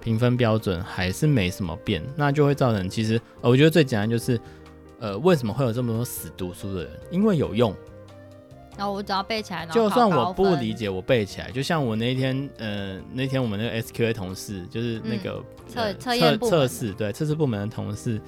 Speaker 3: 评分标准还是没什么变，那就会造成其实、呃我觉得最简单就是，呃，为什么会有这么多死读书的人？因为有用，
Speaker 2: 然后我只要背起来，然后
Speaker 3: 就算
Speaker 2: 考
Speaker 3: 我
Speaker 2: 高
Speaker 3: 不
Speaker 2: 分
Speaker 3: 理解，我背起来。就像我那一天，呃，那天我们那个 SQA 同事，就是那个、
Speaker 2: 嗯测
Speaker 3: 呃
Speaker 2: 测验部门
Speaker 3: 测
Speaker 2: 的
Speaker 3: 试，对测试部门的同事，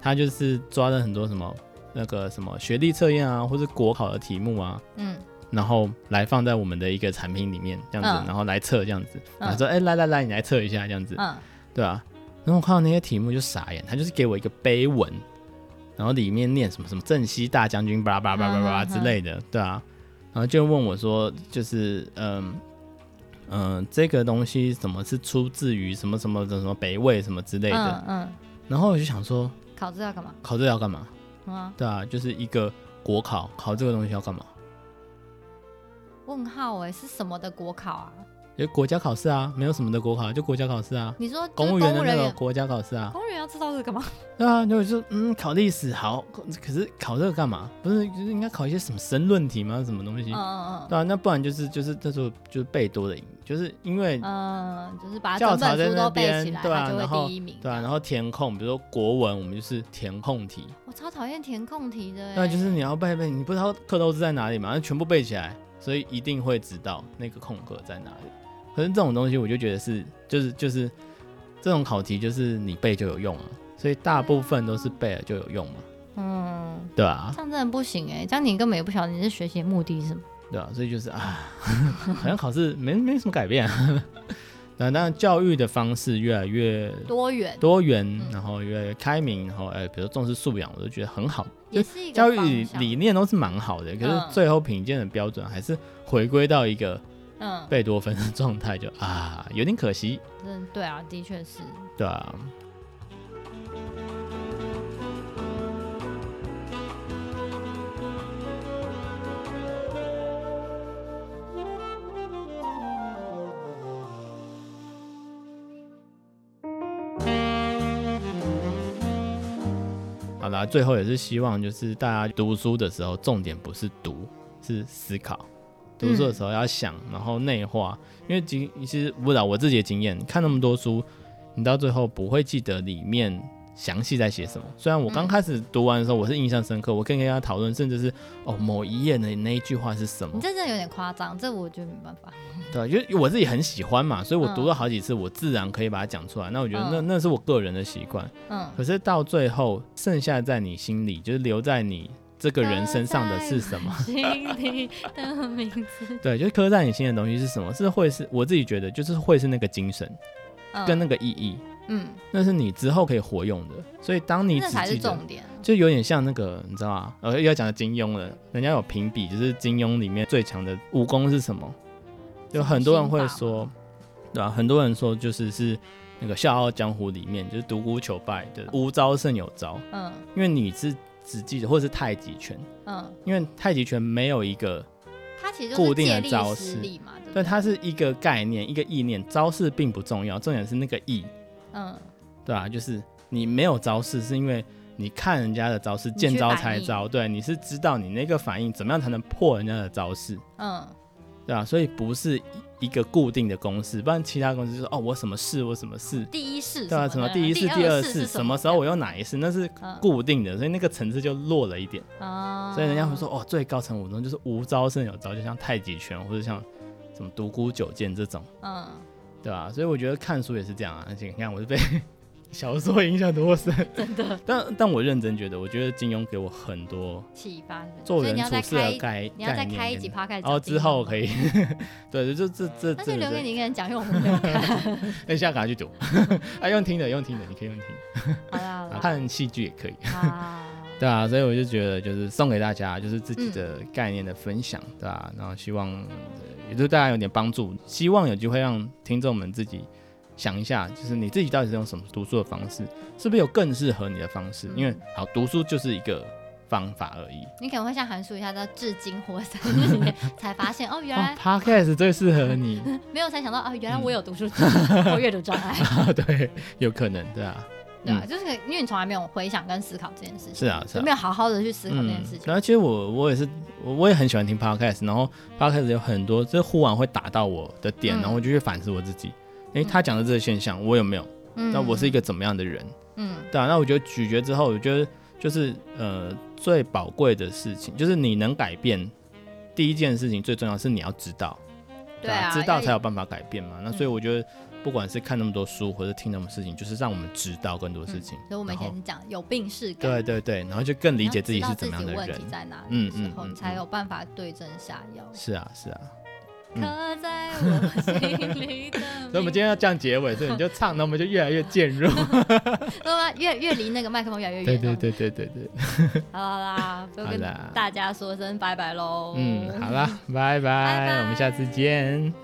Speaker 3: 他就是抓了很多什么那个什么学历测验啊，或是国考的题目啊，
Speaker 2: 嗯，
Speaker 3: 然后来放在我们的一个产品里面这样子，
Speaker 2: 嗯
Speaker 3: 然后来测这样子。然后
Speaker 2: 嗯
Speaker 3: 说，哎、来来来，你来测一下这样子，
Speaker 2: 嗯，
Speaker 3: 对啊。然后我看到那些题目就傻眼，他就是给我一个碑文，然后里面念什么什么正西大将军巴拉巴拉巴拉巴拉
Speaker 2: 嗯嗯嗯
Speaker 3: 之类的，对啊。然后就问我说，就是嗯嗯、呃这个东西什么是出自于什么什么什么北魏什么之类的。
Speaker 2: 嗯嗯，
Speaker 3: 然后我就想说，
Speaker 2: 考试要干嘛？
Speaker 3: 考这个要干嘛？
Speaker 2: 嗯，
Speaker 3: 对啊，就是一个国考，考这个东西要干嘛？
Speaker 2: 问号哎、是什么的国考啊？
Speaker 3: 就国家考试啊，没有什么的国考，就国家考试啊，
Speaker 2: 你说就是
Speaker 3: 公务
Speaker 2: 员
Speaker 3: 员的那
Speaker 2: 人
Speaker 3: 个
Speaker 2: 员，
Speaker 3: 国家考试啊。
Speaker 2: 公务员要知道这个干嘛？
Speaker 3: 对啊，那我就嗯，考历史好，可是考这个干嘛？不是，就是应该考一些什么申论题吗？什么东西？
Speaker 2: 嗯嗯嗯
Speaker 3: 对啊，那不然就是就是这时候就是背多的赢，就是因为、
Speaker 2: 嗯，就是把
Speaker 3: 教
Speaker 2: 整
Speaker 3: 材
Speaker 2: 本
Speaker 3: 在
Speaker 2: 书
Speaker 3: 那
Speaker 2: 都背起
Speaker 3: 边，
Speaker 2: 来，
Speaker 3: 对啊，
Speaker 2: 他就
Speaker 3: 然
Speaker 2: 会
Speaker 3: 后
Speaker 2: 第一名。
Speaker 3: 对啊，然后填空，比如说国文，我们就是填空题，
Speaker 2: 我超讨厌填空题的、欸，
Speaker 3: 那啊就是你要背背，你不知道刻漏字在哪里嘛，那全部背起来，所以一定会知道那个空格在哪里。可是这种东西，我就觉得是，就是就是这种考题，就是你背就有用啊，所以大部分都是背了就有用嘛，
Speaker 2: 嗯，
Speaker 3: 对啊
Speaker 2: 这，样真的不行哎、欸，这样你根本也不晓得你是学习的目的是什么。
Speaker 3: 对啊，所以就是啊，好像考试没没什么改变、 啊。那当然，教育的方式越来越
Speaker 2: 多元
Speaker 3: 多元，
Speaker 2: 嗯
Speaker 3: 然后越来越开明，然后呃，比如重视素养，我都觉得很好。
Speaker 2: 也是一个
Speaker 3: 教育
Speaker 2: 方
Speaker 3: 理
Speaker 2: 向
Speaker 3: 理念都是蛮好的，可
Speaker 2: 嗯
Speaker 3: 是最后品鉴的标准还是回归到一个
Speaker 2: 嗯，
Speaker 3: 贝多芬的状态，就啊，有点可惜，
Speaker 2: 嗯，对啊，的确是。
Speaker 3: 对啊。好啦，最后也是希望就是大家读书的时候，重点不是读，是思考。读书的时候要想，然后内化，因为经其实不知道我自己的经验，看那么多书，你到最后不会记得里面详细在写什么。虽然我
Speaker 2: 嗯
Speaker 3: 刚开始读完的时候，我是印象深刻，我跟人家讨论，甚至是哦某一页的那一句话是什么
Speaker 2: 你，这真的有点夸张，这我觉得没办法。
Speaker 3: 对，啊就是我自己很喜欢嘛，所以我
Speaker 2: 嗯
Speaker 3: 读了好几次，我自然可以把它讲出来。那我觉得那
Speaker 2: 嗯
Speaker 3: 那是我个人的习惯，
Speaker 2: 嗯，
Speaker 3: 可是到最后剩下在你心里，就是留在你这个人身上的是什么？
Speaker 2: 心里的名字，
Speaker 3: 对，就是刻在你心的东西是什么？是会是我自己觉得，就是会是那个精神
Speaker 2: 嗯
Speaker 3: 跟那个意义，
Speaker 2: 嗯，
Speaker 3: 那是你之后可以活用的。所以当你
Speaker 2: 那
Speaker 3: 只
Speaker 2: 才
Speaker 3: 记
Speaker 2: 是
Speaker 3: 得，
Speaker 2: 重点。
Speaker 3: 就有点像那个，你知道吗？呃，又要讲的金庸了，人家有评比，就是金庸里面最强的武功是什么？有很多人会说，对啊，很多人说就是是那个《笑傲江湖》里面就是独孤求败的无招胜有招，
Speaker 2: 嗯
Speaker 3: 因为你是只记得，或者是太极拳，
Speaker 2: 嗯，
Speaker 3: 因为太极拳没有一个
Speaker 2: 它其实就
Speaker 3: 固
Speaker 2: 是
Speaker 3: 定的
Speaker 2: 借力
Speaker 3: 招
Speaker 2: 使
Speaker 3: 式
Speaker 2: 力嘛，对不对？
Speaker 3: 对，它是一个概念，一个意念，招式并不重要，重点是那个意，
Speaker 2: 嗯，
Speaker 3: 对吧、就是你没有招式，是因为你看人家的招式，
Speaker 2: 你去
Speaker 3: 见招
Speaker 2: 反
Speaker 3: 拆
Speaker 2: 应
Speaker 3: 招，对，你是知道你那个反应怎么样才能破人家的招式，
Speaker 2: 嗯，
Speaker 3: 对吧、所以不是一一个固定的公式，不然其他公式就说哦，我什么式，我什么式，
Speaker 2: 第一式
Speaker 3: 对啊，
Speaker 2: 的嗯
Speaker 3: 什么第一式、
Speaker 2: 第
Speaker 3: 二
Speaker 2: 式
Speaker 3: 式，
Speaker 2: 是
Speaker 3: 什
Speaker 2: 么
Speaker 3: 么时候我用哪一式，那是
Speaker 2: 嗯
Speaker 3: 固定的，所以那个层次就弱了一点。
Speaker 2: 啊？
Speaker 3: 所以人家会说，哦，最高层武功就是无招胜有招，就像太极拳或者像什么独孤九剑这种，
Speaker 2: 嗯，
Speaker 3: 对吧、所以我觉得看书也是这样啊。而且你看，我是被小说影响多深，真的。但但我认真觉得，我觉得金庸给我很多
Speaker 2: 启发是不是
Speaker 3: 做
Speaker 2: 所以
Speaker 3: 人
Speaker 2: 你要
Speaker 3: 处
Speaker 2: 再
Speaker 3: 事的
Speaker 2: 开，
Speaker 3: 概
Speaker 2: 你要再
Speaker 3: 概念
Speaker 2: 开一
Speaker 3: 跟
Speaker 2: 集 p o d
Speaker 3: 然后之后可 以，对，就这这
Speaker 2: 但
Speaker 3: 这
Speaker 2: 是留给
Speaker 3: 这，
Speaker 2: 你一个人讲，因为我 们没有看。
Speaker 3: 等一下赶快去读，啊，用听的用听的，你可以用听，
Speaker 2: 好啦好
Speaker 3: 啊
Speaker 2: 啦
Speaker 3: 看戏剧也可以。
Speaker 2: 啊，
Speaker 3: 对啊，所以我就觉得就是送给大家就是自己的概念的分享，对啊，然后希望呃也对大家有点帮助，希望有机会让听众们自己想一下，就是你自己到底是用什么读书的方式，是不是有更适合你的方式？
Speaker 2: 嗯
Speaker 3: 因为好读书就是一个方法而已。
Speaker 2: 你可能会像韩叔一样，到至今活三十年才发现哦，原
Speaker 3: 哦
Speaker 2: 来
Speaker 3: ，Podcast 最适合你，
Speaker 2: 没有才想到啊，原来我有读
Speaker 3: 嗯
Speaker 2: 书障，我阅读障碍，
Speaker 3: 对，有可能，对啊，
Speaker 2: 对啊，就是因为你从来没有回想跟思考这件事情，
Speaker 3: 是啊，是
Speaker 2: 就
Speaker 3: 啊
Speaker 2: 没。有好好的去思考这件事情。
Speaker 3: 然嗯啊后其实我我也是我我也很喜欢听 podcast，然后 podcast 有很多这忽然会打到我的点，
Speaker 2: 嗯
Speaker 3: 然后我就去反思我自己，诶，他讲的这个现象我有没有？
Speaker 2: 嗯
Speaker 3: 那我是一个怎么样的人？
Speaker 2: 嗯
Speaker 3: 对啊，那我觉得咀嚼之后，我觉得就是呃最宝贵的事情就是你能改变。第一件事情最重要是你要知道，
Speaker 2: 对啊，
Speaker 3: 知道才
Speaker 2: 要嗯
Speaker 3: 有办法改变嘛。那所以我觉得，不管是看那么多书，或者听那么多事情，就是让我们知道更多事情。
Speaker 2: 嗯所以我们以
Speaker 3: 然后
Speaker 2: 前讲有病是感，
Speaker 3: 对对对，然后就更理解自己
Speaker 2: 你要
Speaker 3: 是
Speaker 2: 知
Speaker 3: 怎
Speaker 2: 道
Speaker 3: 么样的
Speaker 2: 自己问
Speaker 3: 人
Speaker 2: 题。在哪里
Speaker 3: 嗯
Speaker 2: 的时
Speaker 3: 嗯
Speaker 2: 候，
Speaker 3: 嗯
Speaker 2: 你才有办法对症下药。
Speaker 3: 是啊，是啊。嗯
Speaker 2: 刻在我心 里的名字。
Speaker 3: 所以我们今天要这样结尾，所以你就唱，那我们就越来越渐入。
Speaker 2: 对吧？ 越越离那个麦克风越来越远。 哦
Speaker 3: 对啊对对对对对，
Speaker 2: 好啦，好啦，就跟
Speaker 3: 好啦
Speaker 2: 大家说声拜拜喽。
Speaker 3: 嗯嗯，好啦，拜拜，
Speaker 2: 拜
Speaker 3: 我们下次见。